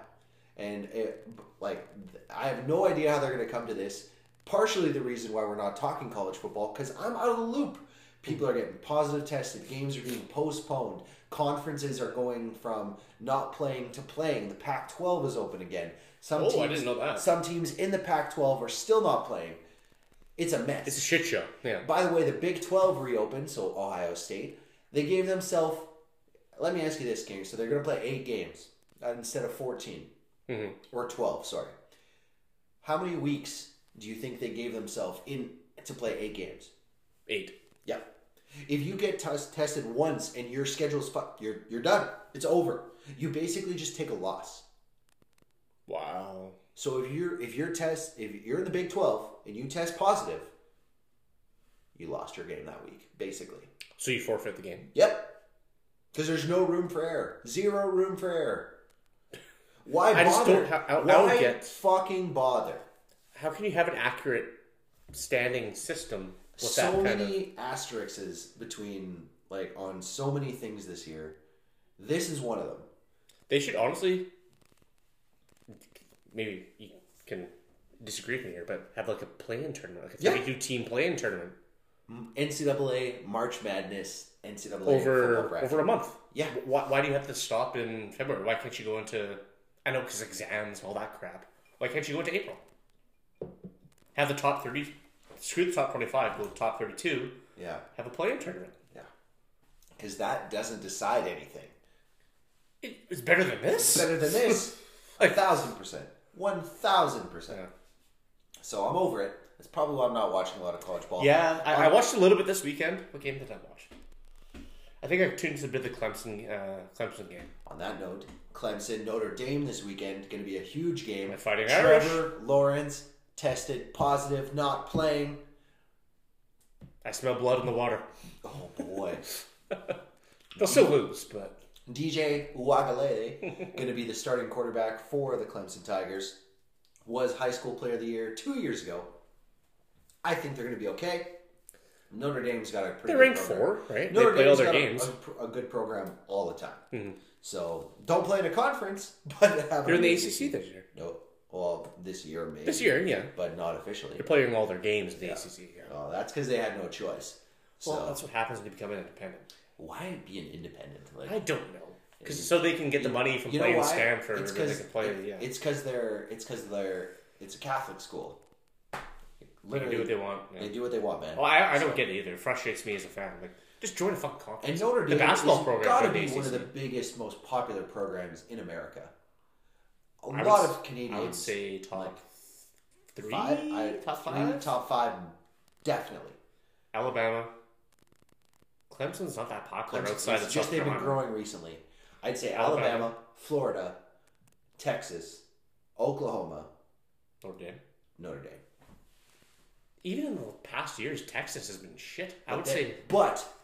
Speaker 1: and it, like th- I have no idea how they're going to come to this. Partially the reason why we're not talking college football because I'm out of the loop. People are getting positive tested. Games are being postponed. Conferences are going from not playing to playing. The Pac-12 is open again. Some
Speaker 2: Oh, I
Speaker 1: teams,
Speaker 2: didn't know that.
Speaker 1: Some teams in the Pac-12 are still not playing. It's a mess.
Speaker 2: It's a shit show. Yeah.
Speaker 1: By the way, the Big 12 reopened, so Ohio State. They gave themselves. Let me ask you this, King. So they're going to play eight games uh, instead of 14
Speaker 2: Mhm.
Speaker 1: or 12, sorry. How many weeks do you think they gave themselves in to play eight games?
Speaker 2: Eight.
Speaker 1: Yeah. If you get tes- tested once and your schedule's fucked, you're, you're done. It's over. You basically just take a loss.
Speaker 2: Wow.
Speaker 1: So if you're if you're test if you're in the Big 12 and you test positive, you lost your game that week, basically.
Speaker 2: So you forfeit the game.
Speaker 1: Yep. Because there's no room for error. Zero room for error. Why bother?
Speaker 2: I just don't ha- I- I
Speaker 1: Why
Speaker 2: don't get-
Speaker 1: fucking bother?
Speaker 2: How can you have an accurate standing system with that
Speaker 1: so
Speaker 2: kind of?
Speaker 1: many asterisks between like on so many things this year. This is one of them.
Speaker 2: They should honestly. Maybe you can disagree with me here, but have like a play-in tournament, like a
Speaker 1: Yeah.
Speaker 2: thirty-two team play-in tournament
Speaker 1: NCAA March Madness NCAA football
Speaker 2: over
Speaker 1: bracket.
Speaker 2: over a month.
Speaker 1: Yeah.
Speaker 2: Why, why do you have to stop in February? Why can't you go into? I know because exams, all that crap. Why can't you go into April? Have the top thirty. Screw the top twenty-five. Go to the top thirty-two.
Speaker 1: Yeah,
Speaker 2: Have a play-in tournament.
Speaker 1: yeah. Because that doesn't decide anything.
Speaker 2: It, it's better than this.
Speaker 1: Better than this, a thousand percent, one thousand percent.
Speaker 2: Yeah.
Speaker 1: So I'm over it. That's probably why I'm not watching a lot of college ball.
Speaker 2: Yeah, I, I watched a little bit this weekend. What game did I watch? I think I tuned into a bit of the Clemson uh, Clemson game.
Speaker 1: On that note, Clemson Notre Dame this weekend going to be a huge game.
Speaker 2: The Fighting
Speaker 1: Trevor Lawrence tested positive, not playing.
Speaker 2: I smell blood in the water.
Speaker 1: Oh boy,
Speaker 2: They'll still lose, but
Speaker 1: DJ Uwagalele going to be the starting quarterback for the Clemson Tigers. Was high school player of the year two years ago. I think they're going to be okay. Notre Dame's got a pretty.
Speaker 2: they're
Speaker 1: good
Speaker 2: ranked
Speaker 1: program.
Speaker 2: four, right?
Speaker 1: Notre
Speaker 2: they play all
Speaker 1: Dame's
Speaker 2: their
Speaker 1: got a-
Speaker 2: games.
Speaker 1: A, pr- a good program all the time. So don't play in a conference, but have
Speaker 2: they're in
Speaker 1: an
Speaker 2: the
Speaker 1: amazing-
Speaker 2: ACC this year.
Speaker 1: No, well, this year maybe.
Speaker 2: This year, yeah,
Speaker 1: but not officially.
Speaker 2: they're playing all their games in the ACC. Yeah.
Speaker 1: Oh, that's because they had no choice. So
Speaker 2: Well, that's what happens when you become an independent.
Speaker 1: why be an independent? Like
Speaker 2: I don't know because so they can get the money from
Speaker 1: you know
Speaker 2: playing
Speaker 1: why?
Speaker 2: Stanford.
Speaker 1: It's
Speaker 2: or they
Speaker 1: because
Speaker 2: can play. yeah,
Speaker 1: it's because they're it's because they're it's a Catholic school.
Speaker 2: they can
Speaker 1: Literally,
Speaker 2: do what they want. yeah.
Speaker 1: they do what they want, man.
Speaker 2: Well, I, I don't get it either. It frustrates me as a fan. Like, just join a fucking conference.
Speaker 1: and Notre Dame
Speaker 2: the basketball
Speaker 1: has
Speaker 2: program
Speaker 1: got to
Speaker 2: for the
Speaker 1: be one of
Speaker 2: ACC.
Speaker 1: the biggest, most popular programs in America. A
Speaker 2: I
Speaker 1: lot
Speaker 2: would-
Speaker 1: of Canadians,
Speaker 2: I would say top three,
Speaker 1: five, I,
Speaker 2: top
Speaker 1: three,
Speaker 2: five.
Speaker 1: top five, definitely.
Speaker 2: Alabama. Clemson's not that popular
Speaker 1: Clemson-
Speaker 2: outside
Speaker 1: it's
Speaker 2: of
Speaker 1: just
Speaker 2: South
Speaker 1: they've been
Speaker 2: Carolina.
Speaker 1: growing recently. I'd say
Speaker 2: Alabama.
Speaker 1: Alabama, Florida, Texas, Oklahoma,
Speaker 2: Notre Dame.
Speaker 1: Notre Dame.
Speaker 2: Even in the past years, Texas has been shit. I would
Speaker 1: But they-
Speaker 2: say
Speaker 1: but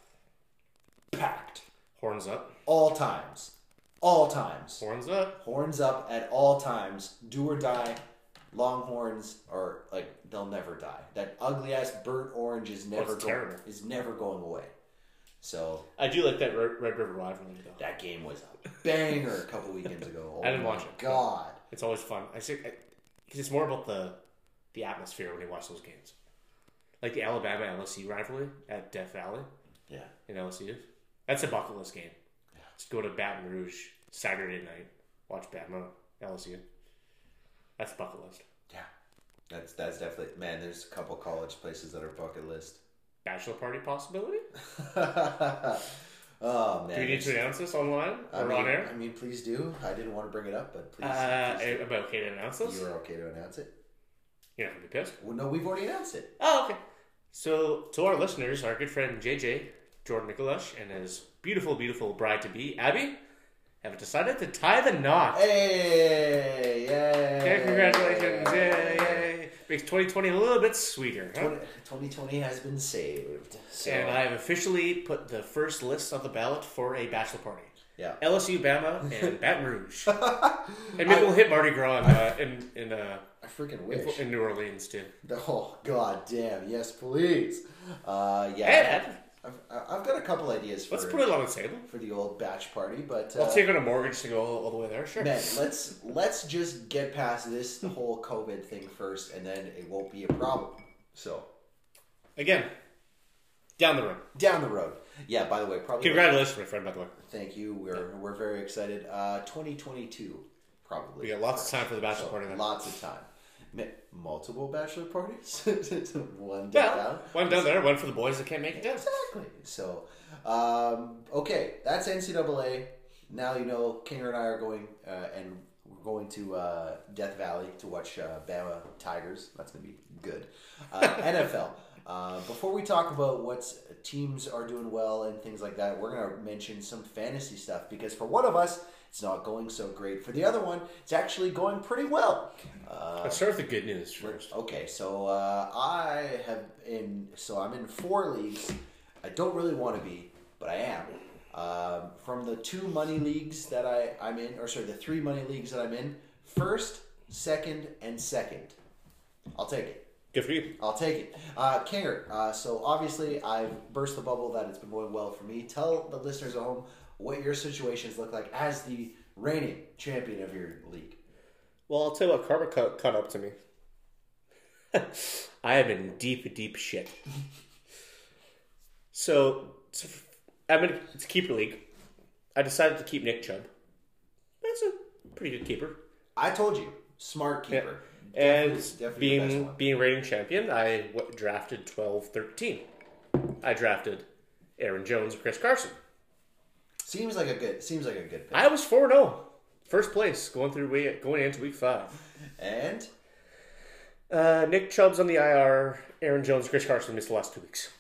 Speaker 1: packed
Speaker 2: horns up,
Speaker 1: all times, all times,
Speaker 2: horns up.
Speaker 1: horns up at all times, do or die. Longhorns are like they'll never die. That ugly ass burnt orange is never
Speaker 2: it's
Speaker 1: go-
Speaker 2: terrible.
Speaker 1: is never going away. So
Speaker 2: I do like that Red, Red River rivalry though.
Speaker 1: that game was a banger a couple weekends ago.
Speaker 2: I didn't
Speaker 1: Oh
Speaker 2: watch
Speaker 1: my
Speaker 2: it.
Speaker 1: God.
Speaker 2: It's always fun. I say because it's more about the the atmosphere when you watch those games, like the Alabama LSU rivalry at Death Valley
Speaker 1: Yeah.
Speaker 2: in LSU. That's a bucket list game. Just go to Baton Rouge Saturday night, watch Bama LSU. That's bucket list.
Speaker 1: Yeah, that's that's definitely man. There's a couple college places that are bucket list.
Speaker 2: Bachelor party possibility?
Speaker 1: oh man,
Speaker 2: Do we need to announce this online
Speaker 1: I
Speaker 2: or
Speaker 1: mean,
Speaker 2: on air?
Speaker 1: I mean, please do. I didn't want to bring it up, but please,
Speaker 2: Uh,
Speaker 1: please
Speaker 2: am I okay to announce
Speaker 1: do.
Speaker 2: this?
Speaker 1: you are okay to announce it.
Speaker 2: You're not gonna be pissed.
Speaker 1: Well, no, we've already announced it.
Speaker 2: Oh, okay. So, to our listeners, our good friend JJ, Jordan Nicolesh, and his beautiful, beautiful bride to be, Abby, have decided to tie the knot.
Speaker 1: Hey, yay!
Speaker 2: Okay, congratulations. Yay, yay. Makes 2020 a little bit sweeter. Huh?
Speaker 1: 20- 2020 has been saved. So
Speaker 2: And I have officially put the first list on the ballot for a bachelor party.
Speaker 1: yeah,
Speaker 2: LSU, Bama, and Baton Rouge. and maybe we'll hit Mardi Gras in, uh, in, in, uh,
Speaker 1: I freaking wish.
Speaker 2: in New Orleans, too.
Speaker 1: Oh god damn! Yes, please. Uh, yeah.
Speaker 2: Hey, Dad,
Speaker 1: I've, I've got a couple ideas for
Speaker 2: let's put it on the table.
Speaker 1: for the old batch party, but uh,
Speaker 2: I'll take on a mortgage to go all, all the way there, sure.
Speaker 1: man, let's let's just get past this whole COVID thing first, and then it won't be a problem. So
Speaker 2: Again, down the road.
Speaker 1: down the road, yeah. By the way, probably
Speaker 2: Congratulations, my friend, by the way.
Speaker 1: thank you. We're we're very excited. Uh, 2022, probably.
Speaker 2: We got lots of time for the bachelor
Speaker 1: So,
Speaker 2: party then.
Speaker 1: Lots of time. Ma- Multiple bachelor parties, one day
Speaker 2: Yeah,
Speaker 1: down.
Speaker 2: one down there, one for the boys that can't make it down.
Speaker 1: Exactly. So, um, okay, that's NCAA. Now you know Kinger and I are going, uh, and we're going to uh, Death Valley to watch uh, Bama Tigers. That's gonna be good. Uh, NFL. Uh, before we talk about what teams are doing well and things like that, we're gonna mention some fantasy stuff because for one of us, it's not going so great. For the other one, it's actually going pretty well. Uh,
Speaker 2: Let's start with the good news first.
Speaker 1: Okay, so uh, I have in so I'm in four leagues. I don't really want to be, but I am. Um, from the two money leagues that I I'm in, or sorry, the three money leagues that I'm in, first, second, and second. I'll take it.
Speaker 2: Good for you.
Speaker 1: I'll take it. Uh, Kinger, uh, so obviously I've burst the bubble that it's been going well for me. Tell the listeners at home what your situations look like as the reigning champion of your league.
Speaker 2: Well, I'll tell you what karma cut, cut up to me. I am in deep, deep shit. so, so f- I'm in it's a keeper league. I decided to keep Nick Chubb. That's a pretty good keeper.
Speaker 1: I told you, smart keeper.
Speaker 2: And
Speaker 1: definitely the best
Speaker 2: being
Speaker 1: one.
Speaker 2: being reigning champion, I w- drafted 12 13. I drafted Aaron Jones and Chris Carson.
Speaker 1: Seems like a good. Seems like a good pick.
Speaker 2: I was 4 0. First place going through way, going into week 5.
Speaker 1: And
Speaker 2: Uh, Nick Chubb's on the IR. Aaron Jones, Chris Carson missed the last two weeks.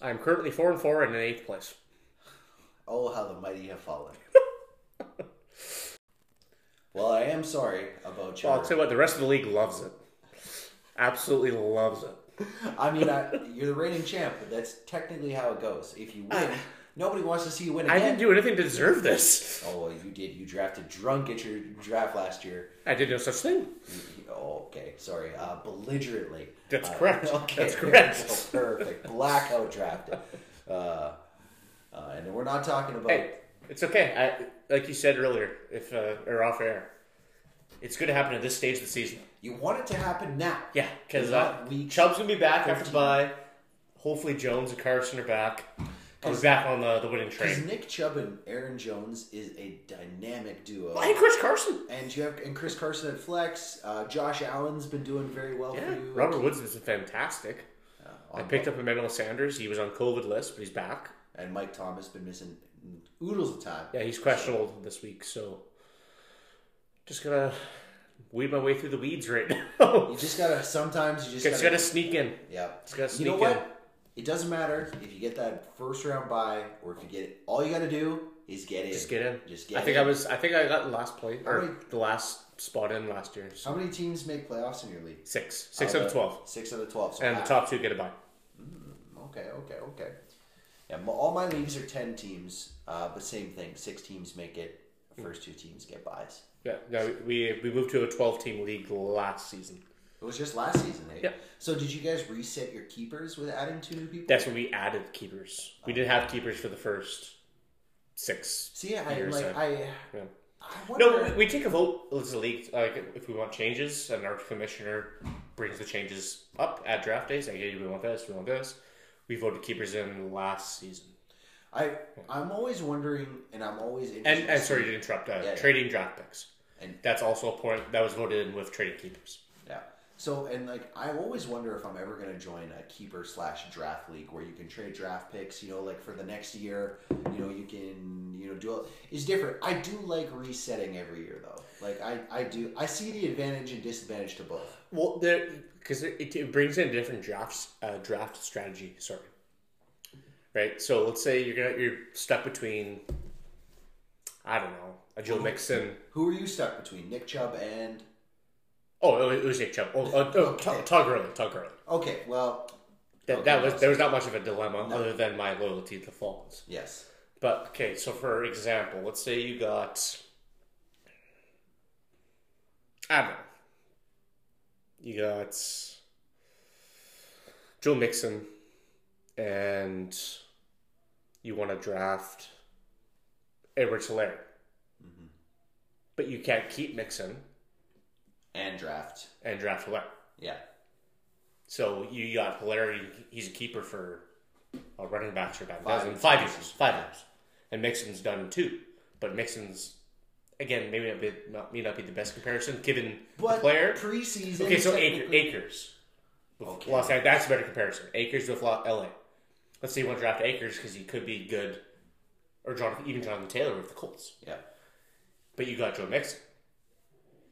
Speaker 2: I'm currently four and four and in eighth place.
Speaker 1: oh, how the mighty have fallen. well, I am sorry about your.
Speaker 2: Well, I'll tell you what, the rest of the league loves it. Absolutely loves it.
Speaker 1: I mean, I, you're the reigning champ, but that's technically how it goes. If you win, nobody wants to see you win
Speaker 2: Ah. I
Speaker 1: again.
Speaker 2: didn't do anything to deserve this.
Speaker 1: oh, well, you did. You drafted drunk at your draft last year.
Speaker 2: I did no such thing.
Speaker 1: Oh, okay. Sorry. Uh, belligerently.
Speaker 2: That's
Speaker 1: Uh,
Speaker 2: correct.
Speaker 1: Okay.
Speaker 2: That's correct.
Speaker 1: Oh, perfect. Blackout drafted. Uh, uh, and we're not talking about.
Speaker 2: Hey, it's okay. I, like you said earlier, if uh, or off air, it's going to happen at this stage of the season.
Speaker 1: You want it to happen now.
Speaker 2: Yeah, because
Speaker 1: Not
Speaker 2: uh,
Speaker 1: week
Speaker 2: Chubb's going to be back after
Speaker 1: 13.
Speaker 2: the bye. Hopefully, Jones and Carson are back. Comes back on the, the winning
Speaker 1: Because
Speaker 2: train.
Speaker 1: Nick Chubb and Aaron Jones is a dynamic duo.
Speaker 2: I think Oh, Chris Carson.
Speaker 1: And you have and Chris Carson at flex. Uh, Josh Allen's been doing very well
Speaker 2: Yeah,
Speaker 1: for you.
Speaker 2: Robert Woods is fantastic.
Speaker 1: Uh,
Speaker 2: I picked up Emmanuel Sanders. He was on COVID list, but he's back.
Speaker 1: and Mike Thomas been missing oodles of time.
Speaker 2: Yeah, he's questionable this week, so just gonna weed my way through the weeds right now.
Speaker 1: You just gotta sometimes you just
Speaker 2: just
Speaker 1: gotta,
Speaker 2: gotta sneak in.
Speaker 1: yeah.
Speaker 2: gotta
Speaker 1: you know
Speaker 2: sneak
Speaker 1: what?
Speaker 2: in.
Speaker 1: It doesn't matter if you get that first round bye or if you get it. All you gotta do is get in.
Speaker 2: Just get in.
Speaker 1: Just get
Speaker 2: I think
Speaker 1: in.
Speaker 2: I was. I think I got last play
Speaker 1: How
Speaker 2: or
Speaker 1: many-
Speaker 2: the last spot in last year. So
Speaker 1: How many teams make playoffs in your league?
Speaker 2: six, six
Speaker 1: Uh,
Speaker 2: out of twelve,
Speaker 1: Six out of twelve. So
Speaker 2: and the
Speaker 1: half.
Speaker 2: top two get a bye.
Speaker 1: Okay, okay, okay. Yeah, m- all my leagues are ten teams, uh, but same thing. Six teams make it.
Speaker 2: Hmm.
Speaker 1: the First two teams get buys.
Speaker 2: Yeah, no, we we moved to a twelve team league last season.
Speaker 1: It was just last season, eh?
Speaker 2: Yeah.
Speaker 1: So did you guys reset your keepers with adding two new people?
Speaker 2: That's when we added keepers. We didn't have keepers for the first six.
Speaker 1: See, I
Speaker 2: Years,
Speaker 1: like
Speaker 2: uh,
Speaker 1: I.
Speaker 2: Yeah.
Speaker 1: I wonder.
Speaker 2: No, we, we take a vote as a league, like if we want changes, and our commissioner brings the changes up at draft day, saying, "Hey, we want this, we want this." We voted keepers in last season.
Speaker 1: I I'm always wondering, and I'm always interested.
Speaker 2: And, and
Speaker 1: to
Speaker 2: sorry
Speaker 1: see-
Speaker 2: to interrupt, uh,
Speaker 1: Yeah, yeah.
Speaker 2: trading draft picks.
Speaker 1: And-
Speaker 2: That's also a point that was voted in with trading keepers.
Speaker 1: Yeah. So and like I always wonder if I'm ever gonna join a keeper slash draft league where you can trade draft picks, you know, like for the next year, you know, you can you know do all it's different. I do like resetting every year though. Like I, I do I see the advantage and disadvantage to both.
Speaker 2: Well, there because it, it brings in different drafts, uh, draft strategy. Sorry, right? So let's say you're gonna you're stuck between, I don't know, a
Speaker 1: Mm-hmm.
Speaker 2: Joe Mixon.
Speaker 1: Who are you stuck between? Nick Chubb and
Speaker 2: Oh, it was Nick Chubb. Oh, uh, oh Tug Tug Gurley, Tug Gurley.
Speaker 1: Okay, well
Speaker 2: That,
Speaker 1: Okay,
Speaker 2: that was
Speaker 1: yes.
Speaker 2: there was not much of a dilemma other than my loyalty to the Falcons.
Speaker 1: yes.
Speaker 2: But okay, so for example, let's say you got I don't know. You got Joe Mixon and you want to draft Edward Solaire. But you can't keep Mixon
Speaker 1: And draft.
Speaker 2: and draft Hilaire.
Speaker 1: Yeah.
Speaker 2: So you got Hilaire, he's a keeper for a running back for about a
Speaker 1: Five
Speaker 2: dozen-
Speaker 1: years.
Speaker 2: five years. Five years. And Mixon's done too. But Mixon's, again, maybe not be, not, may not be the best comparison given the
Speaker 1: But
Speaker 2: player.
Speaker 1: preseason
Speaker 2: Okay, so Acre,
Speaker 1: technically-
Speaker 2: Acres. With
Speaker 1: Okay.
Speaker 2: Los Angeles, that's a better comparison. Acres with Lo- LA. Let's say you want to draft Acres because he could be good, or Jonathan, even Jonathan Taylor with the Colts.
Speaker 1: Yeah.
Speaker 2: But you got Joe Mixon.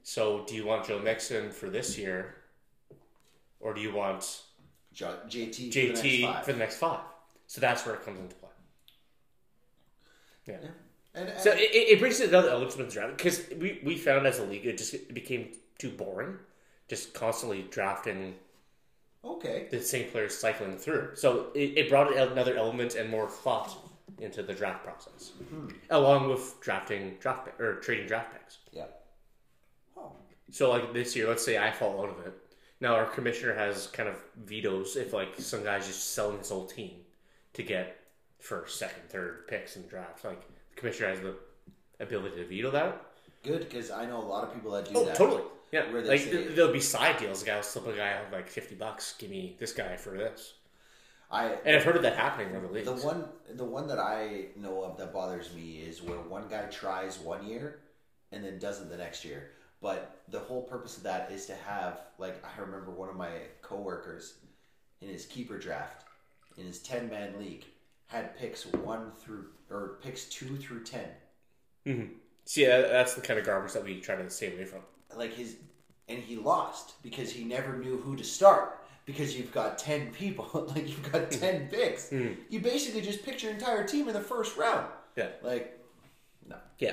Speaker 2: So do you want Joe Mixon for this year, or do you want
Speaker 1: J- JT for the next
Speaker 2: JT
Speaker 1: five.
Speaker 2: for the next five. So that's where it comes into play. Yeah.
Speaker 1: and, and
Speaker 2: So it, it it brings another element to the draft because we, we found as a league it just it became too boring, just constantly drafting
Speaker 1: okay.
Speaker 2: the same players cycling through. So it, it brought another element and more thought into the draft process, along with drafting draft pick, or trading draft picks.
Speaker 1: Yeah. Oh.
Speaker 2: So like this year, let's say I fall out of it. Now our commissioner has kind of vetoes if like some guy's just selling his whole team to get first, second, third picks in the draft. Like the commissioner has the ability to veto that.
Speaker 1: Good, because I know a lot of people that do
Speaker 2: Oh,
Speaker 1: that.
Speaker 2: totally. Yeah,
Speaker 1: Where they
Speaker 2: like
Speaker 1: say-
Speaker 2: th- there'll be side deals. A guy will slip a guy out like fifty bucks. Give me this guy for this.
Speaker 1: I
Speaker 2: And I've heard of that happening in other leagues.
Speaker 1: the one the one that I know of that bothers me is where one guy tries one year and then doesn't the next year. But the whole purpose of that is to have like I remember one of my coworkers in his keeper draft in his ten man league had picks one through or picks two through ten.
Speaker 2: See, uh, that's the kind of garbage that we try to stay away from.
Speaker 1: Like his and he lost because he never knew who to start. Because you've got ten people, like you've got ten picks, you basically just picked your entire team in the first round.
Speaker 2: Yeah.
Speaker 1: Like, no,
Speaker 2: Yeah.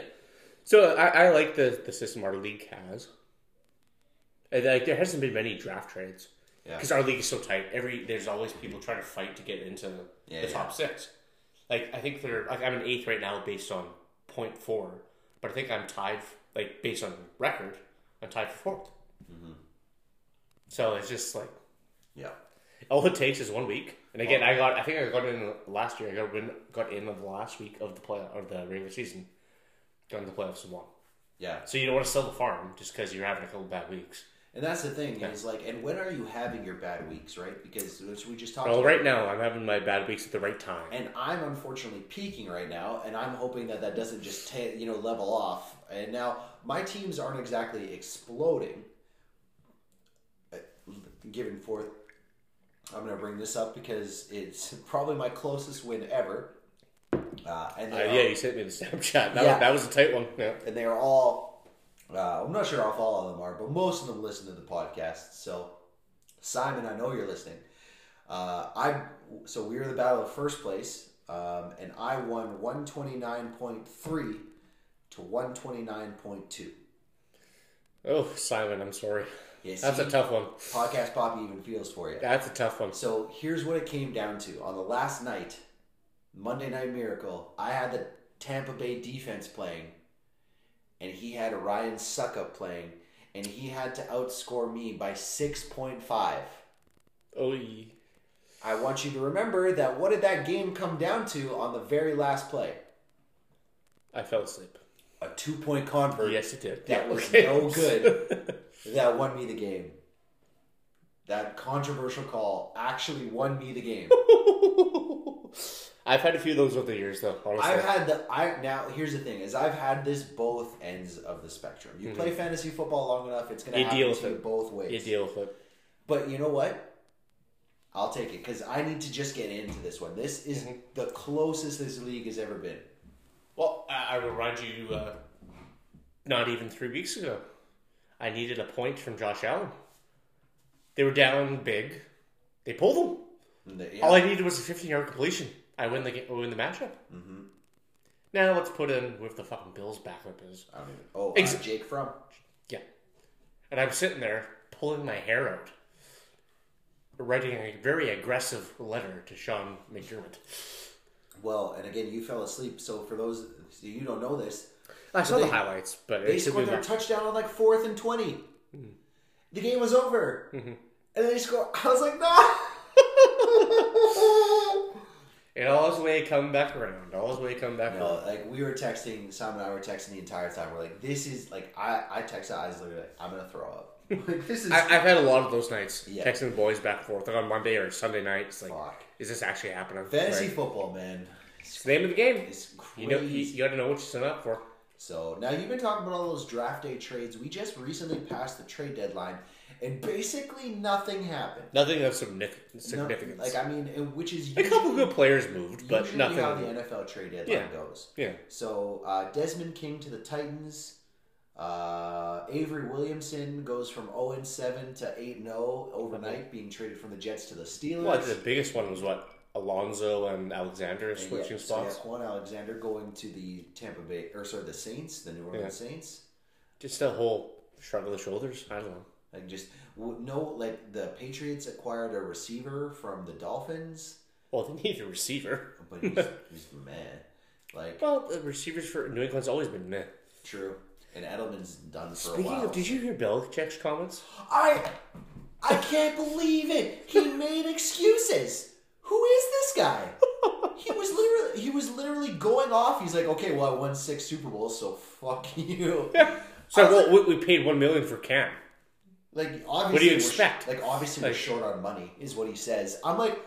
Speaker 2: So I, I like the, the system our league has. And, like there hasn't been many draft trades
Speaker 1: Yeah.
Speaker 2: because our league is so tight. Every there's always people trying to fight to get into
Speaker 1: Yeah,
Speaker 2: the
Speaker 1: yeah.
Speaker 2: top six. Like I think they're like I'm in eighth right now based on point four, but I think I'm tied like based on record. I'm tied for 4th
Speaker 1: Mm-hmm.
Speaker 2: So it's just like
Speaker 1: Yeah.
Speaker 2: all it takes is one week. And again, I got I think I got in last year. I got win, got in of the last week of the play or the regular season. Got in the playoffs and won.
Speaker 1: Yeah.
Speaker 2: So you don't want to sell the farm just because you're having a couple bad weeks.
Speaker 1: And that's the thing is like, and when are you having your bad weeks, right? Because which we just talked
Speaker 2: Well,
Speaker 1: about.
Speaker 2: right now I'm having my bad weeks at the right time.
Speaker 1: And I'm unfortunately peaking right now, and I'm hoping that that doesn't just ta- you know level off. And now my teams aren't exactly exploding. Uh, Given forth, I'm going to bring this up because it's probably my closest win ever. Uh, and
Speaker 2: Uh,
Speaker 1: they
Speaker 2: yeah,
Speaker 1: are-
Speaker 2: you sent me the Snapchat. That,
Speaker 1: Yeah.
Speaker 2: was, that was a tight one. Yeah.
Speaker 1: and they are all uh, i'm not sure if all of them are but most of them listen to the podcast so simon i know you're listening uh, i so we were in the battle of first place um, and i won 129.3 to 129.2
Speaker 2: Oh, Simon, I'm sorry.
Speaker 1: yes
Speaker 2: That's a tough one.
Speaker 1: podcast poppy even feels for you
Speaker 2: That's a tough one.
Speaker 1: So here's what it came down to. On the last night, Monday Night Miracle, I had the Tampa Bay defense playing, and he had Ryan Suckup playing, and he had to outscore me by 6.5.
Speaker 2: Oh,
Speaker 1: I want you to remember that what did that game come down to on the very last play?
Speaker 2: I fell asleep.
Speaker 1: A two point convert
Speaker 2: Yes, it did.
Speaker 1: that
Speaker 2: Yeah,
Speaker 1: was
Speaker 2: okay.
Speaker 1: no good that won me the game. That controversial call actually won me the game.
Speaker 2: I've had a few of those over the years, though. Honestly,
Speaker 1: I've had the I now here's the thing is I've had this both ends of the spectrum. You play fantasy football long enough, it's gonna
Speaker 2: You
Speaker 1: happen
Speaker 2: deal with
Speaker 1: to you
Speaker 2: Hmm. it.
Speaker 1: both ways.
Speaker 2: you deal with it.
Speaker 1: But you know what? I'll take it because I need to just get into this one. This is
Speaker 2: Mm-hmm.
Speaker 1: the closest this league has ever been.
Speaker 2: Well, I, I remind you, uh, not even three weeks ago, I needed a point from Josh Allen. They were down big. They pulled them.
Speaker 1: And the-
Speaker 2: All I needed was a 15 yard completion. I win the game, win the matchup. Mm-hmm. Now let's put in whoever the fucking Bills backup is.
Speaker 1: I don't even, oh,
Speaker 2: Ex-
Speaker 1: uh, Jake Fromm.
Speaker 2: Yeah. And I'm sitting there pulling my hair out, writing a very aggressive letter to Sean McDermott.
Speaker 1: Well, and again, you fell asleep. So for those so you don't know this,
Speaker 2: I saw
Speaker 1: they-
Speaker 2: the highlights, but
Speaker 1: they
Speaker 2: it took me Mm-hmm.
Speaker 1: scored their
Speaker 2: back.
Speaker 1: touchdown on like fourth and 20 The game was over,
Speaker 2: Mm-hmm.
Speaker 1: and then they scored. I was like, no.
Speaker 2: It all his way come back around. All his way come back
Speaker 1: No,
Speaker 2: around.
Speaker 1: like we were texting, Simon and I were texting the entire time. We're like, this is like I I texted Isaac like I'm gonna throw up. like this is
Speaker 2: I, I've had a lot of those nights
Speaker 1: Yeah.
Speaker 2: texting the boys back and forth, like on Monday or Sunday night. It's like,
Speaker 1: fuck.
Speaker 2: is this actually happening?
Speaker 1: Fantasy
Speaker 2: Right.
Speaker 1: football, man.
Speaker 2: It's the name of the game.
Speaker 1: It's crazy.
Speaker 2: You know, you, you got to know what you sign up for.
Speaker 1: so now you've been talking about all those draft day trades. We just recently passed the trade deadline, and basically nothing happened.
Speaker 2: Nothing of signific-
Speaker 1: No-
Speaker 2: significance.
Speaker 1: like I mean, and which is
Speaker 2: a
Speaker 1: usually,
Speaker 2: couple good players moved, but
Speaker 1: usually
Speaker 2: nothing.
Speaker 1: how the NFL trade deadline
Speaker 2: Yeah.
Speaker 1: goes.
Speaker 2: yeah,
Speaker 1: So uh, Desmond King to the Titans. Uh, Avery Williamson goes from 0 and 7 to 8 0 overnight, being traded from the Jets to the Steelers.
Speaker 2: Mm-hmm. Well, I think the biggest one was what Alonzo and Alexander
Speaker 1: And
Speaker 2: switching
Speaker 1: yeah,
Speaker 2: spots.
Speaker 1: So yeah, Quan Alexander going to the Tampa Bay, or sorry, the Saints, the New Orleans Saints.
Speaker 2: Just a whole shrug of the shoulders. I don't know.
Speaker 1: Like just w- no, like the Patriots acquired a receiver from the Dolphins,
Speaker 2: Well, they need a receiver.
Speaker 1: but he's, he's meh. Like
Speaker 2: Well, the receivers for New England's always been meh.
Speaker 1: true, and Edelman's done for a
Speaker 2: Speaking
Speaker 1: while.
Speaker 2: of, did you hear Belichick's comments?
Speaker 1: I I can't believe it. He made excuses. Who is this guy? He was literally he was literally going off. He's like, okay, well, I won six Super Bowls, so fuck you.
Speaker 2: So
Speaker 1: I was
Speaker 2: well, we, we paid one million for Cam.
Speaker 1: Like obviously,
Speaker 2: What do you
Speaker 1: we're sh-
Speaker 2: expect?
Speaker 1: Like obviously, we're
Speaker 2: Like-
Speaker 1: short on money, is what he says. I'm like,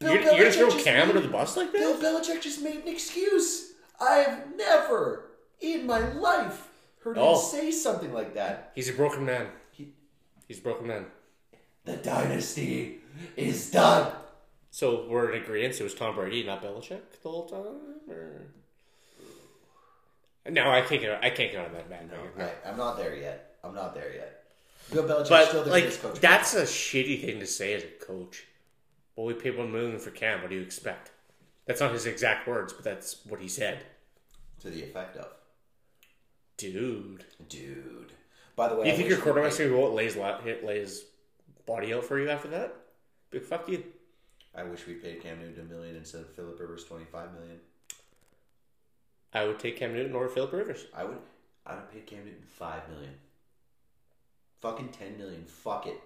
Speaker 2: You're, you're gonna
Speaker 1: Belichick
Speaker 2: throw
Speaker 1: just
Speaker 2: Cam
Speaker 1: made-
Speaker 2: under the bus like
Speaker 1: Bill
Speaker 2: that?
Speaker 1: Belichick just made an excuse. I've never in my life heard
Speaker 2: Oh.
Speaker 1: him say something like that.
Speaker 2: He's a broken man.
Speaker 1: He-
Speaker 2: He's a broken man.
Speaker 1: The dynasty is done.
Speaker 2: So we're in agreement. It was Tom Brady, not Belichick, the whole time. Or... No, I can't get. I can't get on that man.
Speaker 1: Right, I'm not there yet. I'm not there yet. Bill Belichick's still
Speaker 2: But
Speaker 1: the
Speaker 2: like,
Speaker 1: greatest coach.
Speaker 2: that's a shitty thing to say as a coach. Well, we paid one million for Cam. What do you expect? That's not his exact words, but that's what he said,
Speaker 1: to the effect of,
Speaker 2: dude.
Speaker 1: dude. By the way,
Speaker 2: You
Speaker 1: I
Speaker 2: think
Speaker 1: wish
Speaker 2: your
Speaker 1: we
Speaker 2: quarterback's
Speaker 1: paid-
Speaker 2: gonna go out and lay his, la- lay his body out for you after that? Big fuck you.
Speaker 1: I wish we paid Cam Newton a million instead of Philip Rivers twenty-five million.
Speaker 2: I would take Cam Newton over Philip Rivers.
Speaker 1: I would. I would pay Cam Newton five million. Fucking ten million. Fuck it.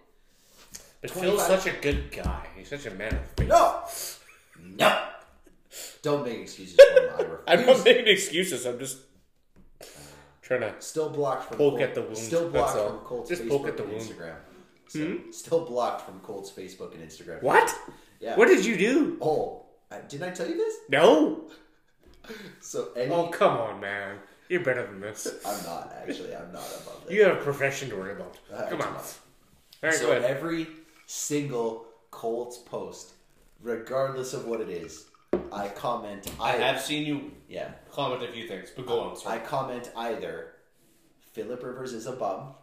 Speaker 2: But Phil's
Speaker 1: 25
Speaker 2: such a good guy. He's such a man of faith.
Speaker 1: No. No. Don't make excuses for him. I
Speaker 2: I'm not
Speaker 1: refuse.
Speaker 2: making excuses. I'm just trying to.
Speaker 1: Still blocked from
Speaker 2: Poke
Speaker 1: Col-
Speaker 2: at the wound,
Speaker 1: Still
Speaker 2: that's
Speaker 1: blocked
Speaker 2: all.
Speaker 1: from Colts
Speaker 2: Just
Speaker 1: Facebook
Speaker 2: poke at the
Speaker 1: and
Speaker 2: wound. Hmm?
Speaker 1: Instagram. So, Still blocked from Colts Facebook and Instagram.
Speaker 2: What?
Speaker 1: Yeah.
Speaker 2: What did you do?
Speaker 1: Oh, uh, didn't I tell you this?
Speaker 2: No.
Speaker 1: So any,
Speaker 2: Oh come on, man. You're better than this.
Speaker 1: I'm not actually. I'm not above it.
Speaker 2: You have a profession to worry about.
Speaker 1: Uh,
Speaker 2: Come on. All
Speaker 1: it's
Speaker 2: right,
Speaker 1: so
Speaker 2: go ahead.
Speaker 1: every single Colts post, regardless of what it is, I comment. I,
Speaker 2: seen you
Speaker 1: yeah.
Speaker 2: comment a few things, but go on.
Speaker 1: I comment either Philip Rivers is a bum.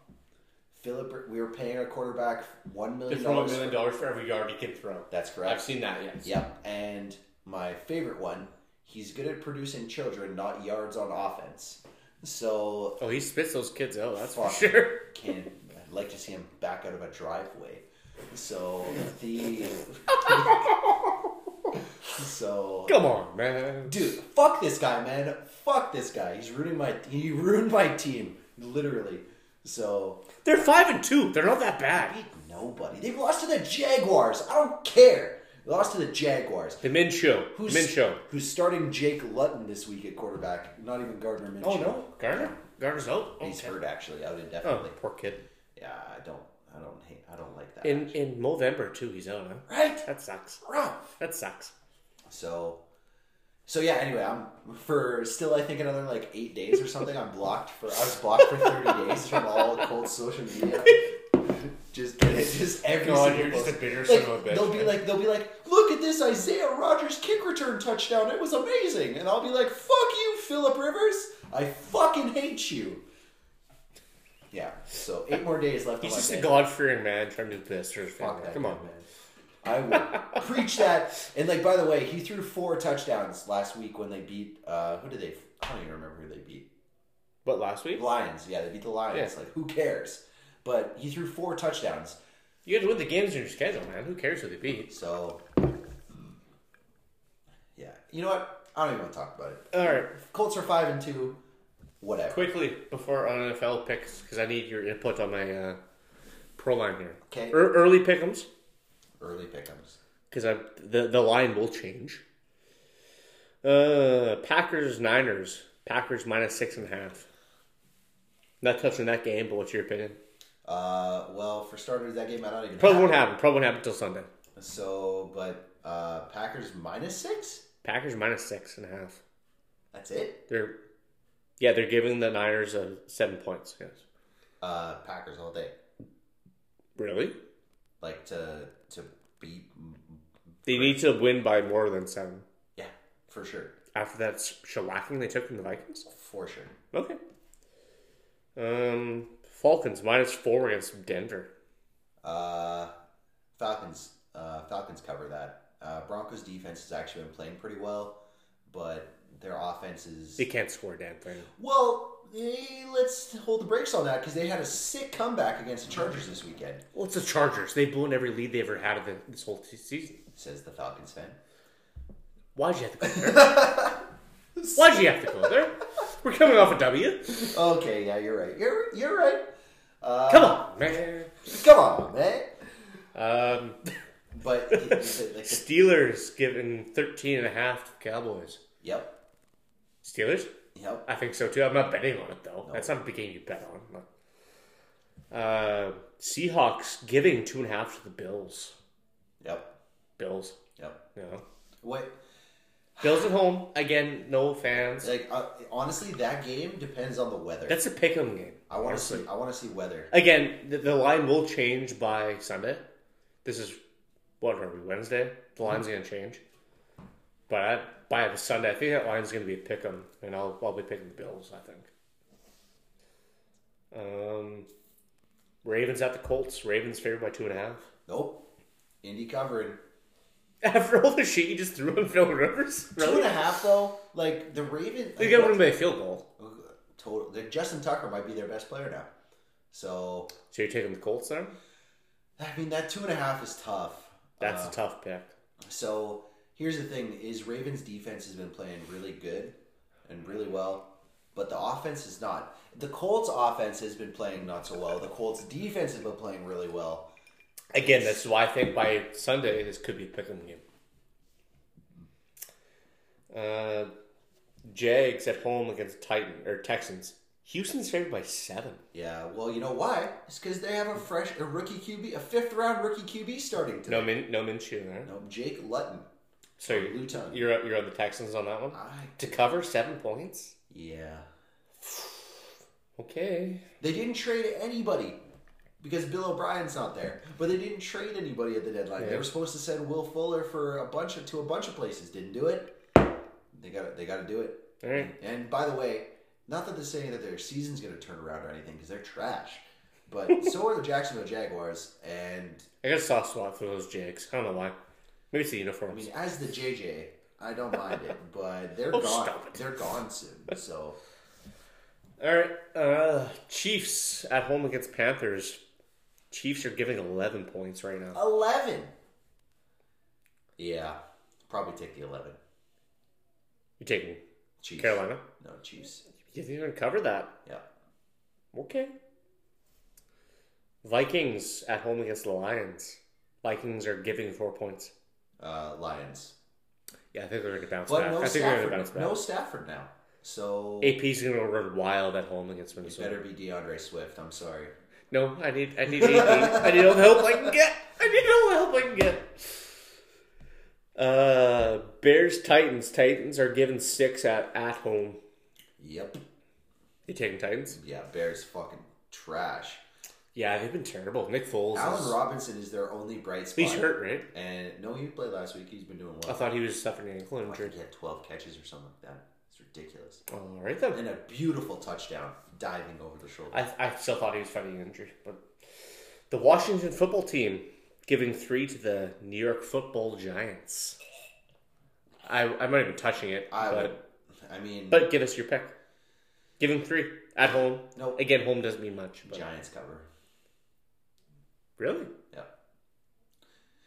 Speaker 1: Philip, we were paying our quarterback one
Speaker 2: To
Speaker 1: million
Speaker 2: throw a
Speaker 1: dollars.
Speaker 2: million dollars for every yard he can throw.
Speaker 1: That's
Speaker 2: I've
Speaker 1: correct.
Speaker 2: seen that. Yes.
Speaker 1: Yep. And my favorite one, he's good at producing children, not yards on offense. So
Speaker 2: Oh, he spits those kids out. That's for
Speaker 1: Fuck.
Speaker 2: sure.
Speaker 1: can I'd like to see him back out of a driveway. So the so
Speaker 2: Come on, man.
Speaker 1: dude, fuck this guy, man. Fuck this guy. He's ruining my he ruined my team literally. So
Speaker 2: They're five and two. They're not that bad.
Speaker 1: nobody. They lost to the Jaguars. I don't care. They lost to the Jaguars.
Speaker 2: The Min Show.
Speaker 1: Who's
Speaker 2: Min Show.
Speaker 1: Who's starting Jake Lutton this week at quarterback? Not even Gardner Minshew.
Speaker 2: Oh, Garner. Garner's out.
Speaker 1: He's
Speaker 2: Okay.
Speaker 1: hurt actually, out
Speaker 2: Oh,
Speaker 1: indefinitely.
Speaker 2: poor kid.
Speaker 1: Yeah, I don't, I don't hate, I don't like that.
Speaker 2: In in November too, he's out. Huh?
Speaker 1: right,
Speaker 2: That sucks.
Speaker 1: right.
Speaker 2: That sucks.
Speaker 1: So So yeah, anyway, I'm for still I think another like eight days or something. I'm blocked for I was blocked for thirty days from all cold social media. Just just every
Speaker 2: God,
Speaker 1: single
Speaker 2: you're just
Speaker 1: post.
Speaker 2: a bitter
Speaker 1: Like,
Speaker 2: son of a bitch.
Speaker 1: they'll be
Speaker 2: man.
Speaker 1: like, they'll be like, look at this Isaiah Rogers kick return touchdown. It was amazing, and I'll be like, fuck you, Philip Rivers. I fucking hate you. Yeah. So eight more days left.
Speaker 2: he's
Speaker 1: on my
Speaker 2: just a
Speaker 1: day.
Speaker 2: God fearing man trying to do this for his
Speaker 1: Fuck
Speaker 2: family.
Speaker 1: that
Speaker 2: Come
Speaker 1: guy,
Speaker 2: on, man.
Speaker 1: man. I will preach that. And like, by the way, he threw four touchdowns last week when they beat. uh Who did they? I don't even remember who they beat.
Speaker 2: But last week?
Speaker 1: Lions. Yeah, they beat the Lions.
Speaker 2: Yeah.
Speaker 1: Like, who cares? But he threw four touchdowns.
Speaker 2: You had to win the games in your schedule, man. Who cares who they beat?
Speaker 1: So, mm. yeah. You know what? I don't even want to talk about it.
Speaker 2: All right,
Speaker 1: Colts are five and two. Whatever.
Speaker 2: quickly before on NFL picks, because I need your input on my uh, pro line here.
Speaker 1: Okay.
Speaker 2: Ear- early pickums,
Speaker 1: Early pickums.
Speaker 2: because I the the line will change. Uh, Packers Niners. Packers minus six and a half. Not touching that game, but what's your opinion?
Speaker 1: Uh, well, for starters, that game might not even.
Speaker 2: Probably
Speaker 1: happen.
Speaker 2: won't happen. Probably won't happen until Sunday.
Speaker 1: So, but uh, Packers minus six.
Speaker 2: Packers minus six and a half.
Speaker 1: That's it.
Speaker 2: They're yeah, they're giving the Niners uh, seven points. Yes.
Speaker 1: Uh, Packers all day.
Speaker 2: Really?
Speaker 1: Like to to beat.
Speaker 2: They need to win by more than seven.
Speaker 1: Yeah, for sure.
Speaker 2: After that sh- shellacking they took from the Vikings.
Speaker 1: For sure.
Speaker 2: Okay. Um, Falcons minus four against Denver.
Speaker 1: Uh, Falcons. Uh, Falcons cover that. Uh, Broncos defense has actually been playing pretty well, but their offense is.
Speaker 2: They can't score Denver.
Speaker 1: Well, eh, let's hold the brakes on that because they had a sick comeback against the Chargers this weekend.
Speaker 2: Well, it's the Chargers. They've blown every lead they ever had of the, this whole se- season.
Speaker 1: Says the Falcons fan.
Speaker 2: Why'd you have to go there? Why'd you have to go there? We're coming off a W.
Speaker 1: Okay, yeah, you're right. You're you're right. Uh,
Speaker 2: Come on, man.
Speaker 1: come on, man.
Speaker 2: Um,
Speaker 1: But he- he- like,
Speaker 2: Steelers giving 13 and a half to the Cowboys.
Speaker 1: yep,
Speaker 2: Steelers?
Speaker 1: yep.
Speaker 2: I think so too. I'm not betting on it though. That's not a game you bet on. Uh, Seahawks giving two and a half to the Bills.
Speaker 1: Yep.
Speaker 2: Bills.
Speaker 1: Yep.
Speaker 2: No.
Speaker 1: What?
Speaker 2: Bills at home again. No fans.
Speaker 1: Like uh, honestly, that game depends on the weather.
Speaker 2: That's a pick'em game.
Speaker 1: I want to see. I want to see weather.
Speaker 2: Again, the, the line will change by Sunday. This is what are we Wednesday? The line's going to change, but I, by the Sunday, I think that line's going to be a pick'em, and I'll I'll be picking the Bills. I think. Um, Ravens at the Colts. Ravens favored by two and a half.
Speaker 1: Nope. Indy covering
Speaker 2: After all the shit you just threw on Phil Rivers,
Speaker 1: two and
Speaker 2: really?
Speaker 1: a half though. Like the Ravens.
Speaker 2: They
Speaker 1: like,
Speaker 2: got to
Speaker 1: what-
Speaker 2: win by a field goal.
Speaker 1: total. Like, Justin Tucker might be their best player now. So
Speaker 2: So you're taking the Colts then?
Speaker 1: I mean that two and a half is tough. Um,
Speaker 2: That's a tough pick.
Speaker 1: So here's the thing: is Ravens defense has been playing really good and really well, but the offense is not. The Colts offense has been playing not so well. The Colts defense has been playing really well.
Speaker 2: Again, that's why I think by Sunday this could be a pick'em game. Uh, Jags at home against Titan or Texans. Houston's favored by seven.
Speaker 1: Yeah, well, you know why? It's because they have a fresh, a rookie QB, a fifth round rookie QB starting today.
Speaker 2: No min, no Minshew. Huh?
Speaker 1: No, Jake Lutton.
Speaker 2: So you're
Speaker 1: Luton.
Speaker 2: you're, up- you're on the Texans on that one
Speaker 1: I,
Speaker 2: to cover seven points.
Speaker 1: yeah,
Speaker 2: Okay.
Speaker 1: they didn't trade anybody because Bill O'Brien's not there. But they didn't trade anybody at the deadline. They
Speaker 2: Yeah.
Speaker 1: were supposed to send Will Fuller for a bunch of to a bunch of places. Didn't do it. They got they got to do it.
Speaker 2: All right.
Speaker 1: And by the way, not that they're saying that their season's going to turn around or anything because they're trash, but so are the Jacksonville Jaguars. And
Speaker 2: I got a soft spot for those Jags. I don't know why. Maybe it's the
Speaker 1: I
Speaker 2: uniforms.
Speaker 1: mean, as the JJ, I don't mind it, but they're
Speaker 2: Oh,
Speaker 1: gone.
Speaker 2: stop it.
Speaker 1: They're gone soon. So
Speaker 2: All right. Uh, Chiefs at home against Panthers. Chiefs are giving eleven points right now.
Speaker 1: eleven. Yeah, probably take the eleven.
Speaker 2: You're taking
Speaker 1: Chiefs.
Speaker 2: Carolina.
Speaker 1: No Chiefs.
Speaker 2: You didn't even cover that.
Speaker 1: Yeah.
Speaker 2: Okay. Vikings at home against the Lions. Vikings are giving four points.
Speaker 1: Uh, Lions.
Speaker 2: Yeah, I think they're going to bounce
Speaker 1: But
Speaker 2: back.
Speaker 1: no
Speaker 2: I think they're going to bounce
Speaker 1: Stafford.
Speaker 2: back.
Speaker 1: No Stafford now. So
Speaker 2: AP's going to run wild at home against
Speaker 1: it
Speaker 2: Minnesota.
Speaker 1: better be DeAndre Swift. I'm sorry.
Speaker 2: No, I need, I need AP. I need all the help I can get. I need all the help I can get. Uh, Bears Titans. Titans are given six at at home.
Speaker 1: Yep.
Speaker 2: You taking Titans?
Speaker 1: Yeah, Bears fucking trash.
Speaker 2: Yeah, they've been terrible. Nick Foles.
Speaker 1: Allen
Speaker 2: is-
Speaker 1: Robinson is their only bright spot.
Speaker 3: He's hurt, right?
Speaker 1: And no, he played last week. He's been doing
Speaker 2: I
Speaker 1: well.
Speaker 2: thought he was suffering an ankle
Speaker 1: I think
Speaker 2: injury.
Speaker 1: he had 12 catches or something like that. It's ridiculous.
Speaker 2: All right then.
Speaker 1: And a beautiful touchdown diving over the shoulder.
Speaker 3: I, I still thought he was fighting an injury, but
Speaker 2: The Washington football team giving three to the New York football giants. I, I'm not even touching it,
Speaker 1: I,
Speaker 2: but,
Speaker 1: would. I mean,
Speaker 2: but give us your pick. Give them three at home.
Speaker 1: Nope.
Speaker 2: Again, home doesn't mean much. But
Speaker 1: Giants cover.
Speaker 2: Really?
Speaker 1: Yeah.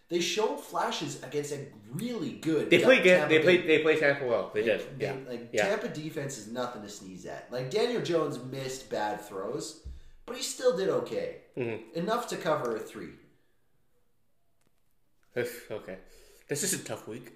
Speaker 1: They showed flashes against a really good. uh,
Speaker 2: They play
Speaker 1: Tampa
Speaker 2: good. They
Speaker 1: Bay
Speaker 2: played. They play Tampa well. They did.
Speaker 1: Like,
Speaker 2: Yeah.
Speaker 1: they- Like
Speaker 2: Yeah.
Speaker 1: Tampa defense is nothing to sneeze at. Like Daniel Jones missed bad throws, but he still did okay.
Speaker 2: Mm-hmm.
Speaker 1: Enough to cover a three.
Speaker 2: Oof, okay.
Speaker 3: this is a tough week.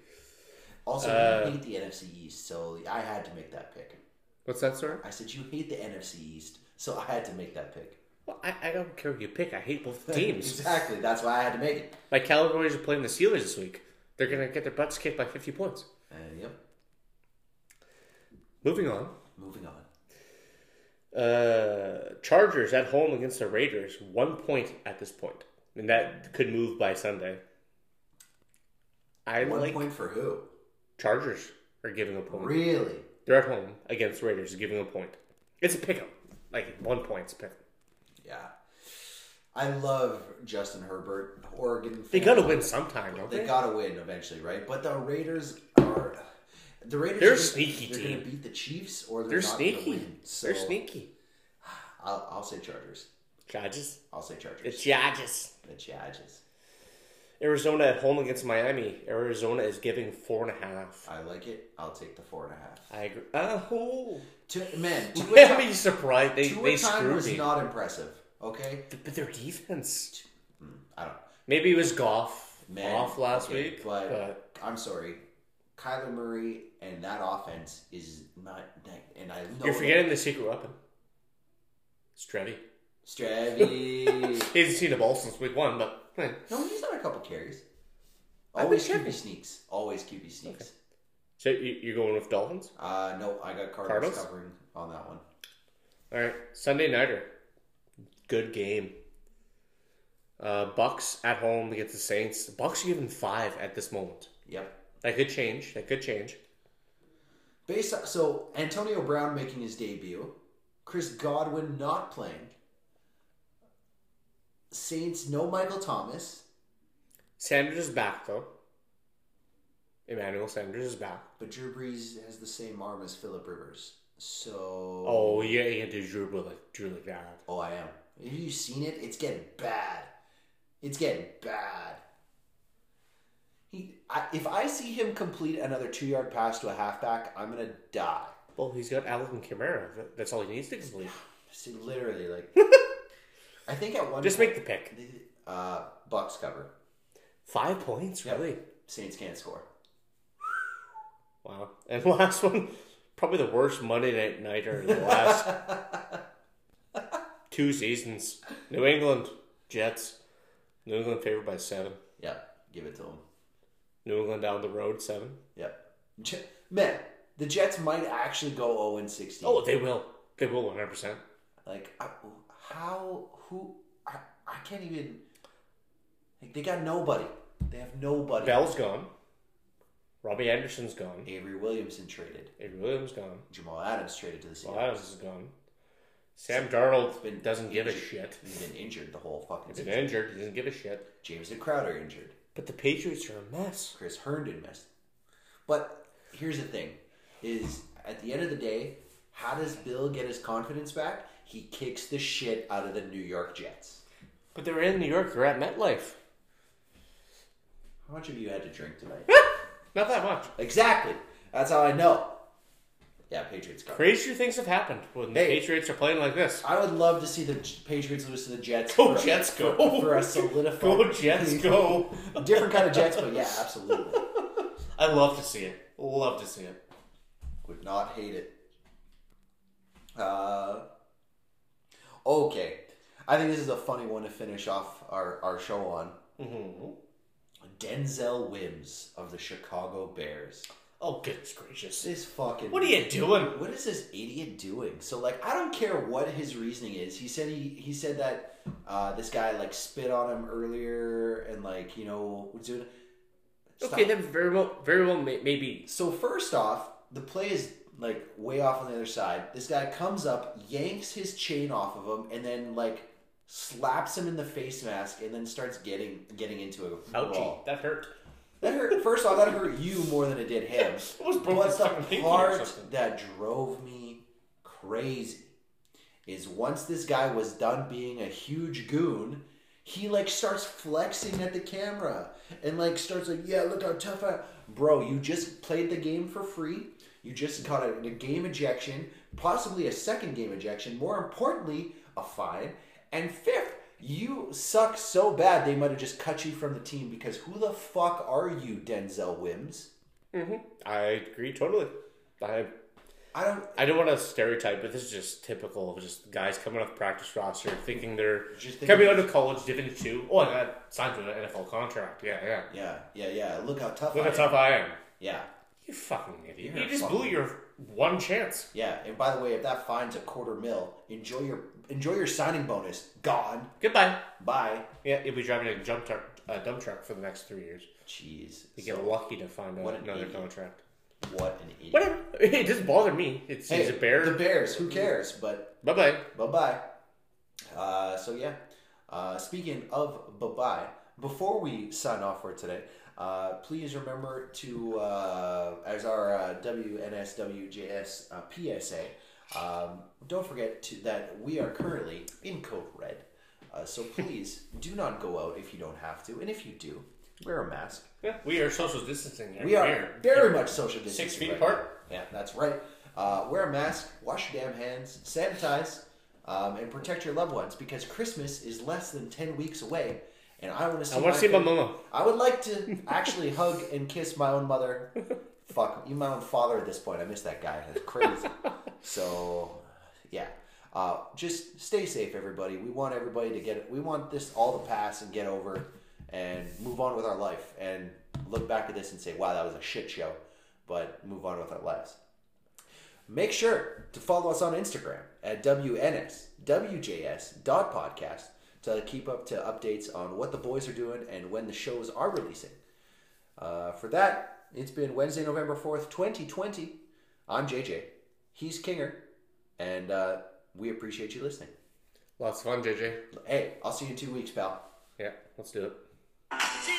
Speaker 1: Also,
Speaker 2: Uh,
Speaker 1: you hate the NFC East, so I had to make that pick.
Speaker 2: What's that, sir?
Speaker 1: I said you hate the NFC East, so I had to make that pick.
Speaker 2: Well, I, I don't care who you pick. I hate both teams.
Speaker 1: exactly. That's why I had to make it.
Speaker 2: like Cowboys are playing the Steelers this week. They're gonna get their butts kicked by 50 points.
Speaker 1: Uh, yep.
Speaker 2: Moving on.
Speaker 1: Moving on.
Speaker 2: Uh, Chargers at home against the Raiders. One point at this point, and that could move by Sunday. I
Speaker 1: One
Speaker 2: like
Speaker 1: point for who?
Speaker 2: Chargers are giving a point.
Speaker 1: Really?
Speaker 2: They're at home against Raiders, giving a point. It's a pickup. Like one point's a pickup.
Speaker 1: Yeah. I love Justin Herbert, Oregon.
Speaker 2: They
Speaker 1: fan.
Speaker 2: gotta win sometime, don't
Speaker 1: They
Speaker 2: they?
Speaker 1: gotta win eventually, right? But the Raiders are the Raiders.
Speaker 2: They're
Speaker 1: are
Speaker 2: a sneaky
Speaker 1: They're
Speaker 2: team.
Speaker 1: gonna beat the Chiefs, or they're,
Speaker 2: They're
Speaker 1: not
Speaker 2: sneaky.
Speaker 1: Gonna win. So
Speaker 2: They're sneaky.
Speaker 1: I'll, I'll say Chargers.
Speaker 2: Chargers.
Speaker 1: I'll say Chargers.
Speaker 2: The Chargers.
Speaker 1: the Chargers.
Speaker 2: Arizona at home against Miami. Arizona is giving four and a half.
Speaker 1: I like it. I'll take the four and a half.
Speaker 2: I agree. Oh,
Speaker 1: Two, man, two
Speaker 2: I'd
Speaker 1: time,
Speaker 2: be surprised they
Speaker 1: two
Speaker 2: they
Speaker 1: time
Speaker 2: screwed
Speaker 1: was
Speaker 2: me.
Speaker 1: not impressive. Okay, Hmm,
Speaker 2: but their defense.
Speaker 1: I don't.
Speaker 2: Maybe it was Goff
Speaker 1: Man,
Speaker 2: off last
Speaker 1: okay,
Speaker 2: week,
Speaker 1: but,
Speaker 2: but
Speaker 1: I'm sorry, Kyler Murray and that offense is not. And I know
Speaker 2: you're forgetting the secret weapon. Stretty.
Speaker 1: Stravy.
Speaker 2: He hasn't seen a ball since week one, but eh.
Speaker 1: No, he's had a couple carries.
Speaker 2: I
Speaker 1: Always
Speaker 2: think
Speaker 1: QB sneaks. Always QB sneaks.
Speaker 2: so you, you're going with Dolphins.
Speaker 1: Uh, no, I got Cardinals,
Speaker 2: Cardinals?
Speaker 1: covering on that one.
Speaker 2: All right, Sunday nighter, good game. Uh, Bucks at home against the Saints. Bucks are given five at this moment.
Speaker 1: Yep.
Speaker 2: That could change. That could change.
Speaker 1: Based on, so Antonio Brown making his debut, Chris Godwin not playing, Saints no Michael Thomas,
Speaker 2: Sanders is back though. Emmanuel Sanders is back.
Speaker 1: but Drew Brees has the same arm as Philip Rivers. So
Speaker 2: Oh yeah, you can do Drew with like Drew like that.
Speaker 1: oh, I am. Have you seen it? It's getting bad. It's getting bad. He, I, if I see him complete another two yard pass to a halfback, I'm gonna die.
Speaker 2: Well, he's got Alvin Kamara. That- That's all he needs to complete.
Speaker 1: See, literally, like, I think at one
Speaker 2: Just make the pick.
Speaker 1: uh, Bucks cover.
Speaker 2: Five points,
Speaker 1: Yep.
Speaker 2: really?
Speaker 1: Saints can't score.
Speaker 2: Wow. And last one, probably the worst Monday night nighter in the last two seasons. New England Jets. New England favored by seven.
Speaker 1: Yep, give it to them.
Speaker 2: New England down the road seven.
Speaker 1: Yep, Je- man, the Jets might actually go zero and sixteen.
Speaker 2: Oh, they will. They will one hundred percent.
Speaker 1: like I- how? Who? I, I can't even. Like they got nobody. They have nobody.
Speaker 2: Bell's gone. Robbie Anderson's gone.
Speaker 1: Avery Williamson traded.
Speaker 2: Avery Williams gone.
Speaker 1: Jamal Adams traded to the Seahawks.
Speaker 2: Well, Adams is gone. Sam Darnold
Speaker 1: been
Speaker 2: doesn't give a
Speaker 1: injured.
Speaker 2: shit.
Speaker 1: He's been injured the whole fucking
Speaker 2: He's been
Speaker 1: season.
Speaker 2: injured. He doesn't give a shit.
Speaker 1: Jameson Crowder injured.
Speaker 2: But the Patriots are a mess.
Speaker 1: Chris Herndon missed. But here's the thing: is at the end of the day, how does Bill get his confidence back? He kicks the shit out of the New York Jets.
Speaker 2: But they're in New York. They're at MetLife.
Speaker 1: How much have you had to drink tonight?
Speaker 2: Not that much.
Speaker 1: exactly. That's how I know. Yeah, Patriots. Cover.
Speaker 2: Crazier things have happened when the
Speaker 1: Hey.
Speaker 2: Patriots are playing like this.
Speaker 1: I would love to see the J- Patriots lose to the Jets.
Speaker 2: Go
Speaker 1: for-
Speaker 2: Jets, go.
Speaker 1: for, for a solidified.
Speaker 2: Go Jets, go!
Speaker 1: Different kind of Jets, but yeah, absolutely.
Speaker 2: I love to see it. Love to see it.
Speaker 1: Would not hate it. Uh, Mm-hmm. okay. I think this is a funny one to finish off our, our show on. Denzel Wims of the Chicago Bears.
Speaker 2: Oh, goodness gracious.
Speaker 1: This fucking.
Speaker 2: What are you doing?
Speaker 1: What is this idiot doing? So like, I don't care what his reasoning is. He said he he said that uh, this guy like spit on him earlier and like you know was doing. Stop.
Speaker 4: Okay, then very well, very well, may, maybe.
Speaker 1: So first off, the play is like way off on the other side. This guy comes up, yanks his chain off of him, and then like slaps him in the face mask, and then starts getting getting into a
Speaker 4: Ouchie,
Speaker 1: brawl.
Speaker 4: that hurt.
Speaker 1: That hurt. First off, that hurt you more than it did him.
Speaker 2: It was broken
Speaker 1: What's
Speaker 2: fucking
Speaker 1: the
Speaker 2: pinky or
Speaker 1: part
Speaker 2: something.
Speaker 1: that drove me crazy is once this guy was done being a huge goon, he like starts flexing at the camera and like starts like, yeah, look how tough I Bro, you just played the game for free. You just got a, a game ejection, possibly a second game ejection, more importantly, a fine. And fifth, you suck so bad they might have just cut you from the team because who the fuck are you, Denzel Wims?
Speaker 4: I agree totally. I
Speaker 1: I don't
Speaker 4: I don't want to stereotype, but this is just typical of just guys coming off the practice roster thinking they're
Speaker 1: Just thinking-
Speaker 4: coming out of college, Division Two. Oh, I got signed to an NFL contract. Yeah, yeah.
Speaker 1: Yeah, yeah, yeah. Look how tough
Speaker 4: Look
Speaker 1: I
Speaker 4: how
Speaker 1: am.
Speaker 4: tough I am.
Speaker 1: Yeah,
Speaker 4: You fucking idiot!
Speaker 2: You're
Speaker 4: you just
Speaker 1: fucking-
Speaker 4: blew your one chance.
Speaker 1: yeah. And by the way, if that fine's a quarter mil, enjoy your enjoy your signing bonus. Gone.
Speaker 4: Goodbye.
Speaker 1: Bye.
Speaker 4: Yeah, you'll be driving a jump truck, a dump truck for the next three years.
Speaker 1: Jeez.
Speaker 4: You
Speaker 1: So,
Speaker 4: get lucky to find
Speaker 1: what
Speaker 4: out
Speaker 1: an
Speaker 4: another
Speaker 1: idiot.
Speaker 4: contract.
Speaker 1: what an idiot.
Speaker 4: Whatever. It doesn't bother me. It's
Speaker 1: Hey,
Speaker 4: he's a bear.
Speaker 1: The Bears. Who cares? But
Speaker 4: bye bye.
Speaker 1: bye bye. Uh, so yeah. Uh, speaking of bye bye, before we sign off for today. Uh, please remember to, uh, as our uh, WNSWJS uh, PSA, um, don't forget to, that we are currently in code red. Uh, so please do not go out if you don't have to, and if you do, wear a mask.
Speaker 4: Yeah, we are social distancing.
Speaker 1: We are very much social distancing.
Speaker 4: Six feet
Speaker 1: right
Speaker 4: apart.
Speaker 1: now. Yeah, that's right. Uh, wear a mask, wash your damn hands, sanitize, um, and protect your loved ones because Christmas is less than ten weeks away, and I want to see.
Speaker 4: I want to see my
Speaker 1: fam-
Speaker 4: mama.
Speaker 1: I would like to actually hug and kiss my own mother. Fuck, even my own father at this point. I miss that guy. That's crazy. so, yeah. Uh, just stay safe, everybody. We want everybody to get We want this all to pass and get over and move on with our life and look back at this and say, wow, that was a shit show, but move on with our lives. Make sure to follow us on Instagram at WNSWJS.podcast to keep up to updates on what the boys are doing and when the shows are releasing. Uh, for that, it's been Wednesday, November 4th, 2020. I'm JJ. He's Kinger. And uh, we appreciate you listening.
Speaker 4: Lots of fun, JJ.
Speaker 1: Hey, I'll see you in two weeks, pal.
Speaker 4: Yeah, let's do it.
Speaker 5: Thank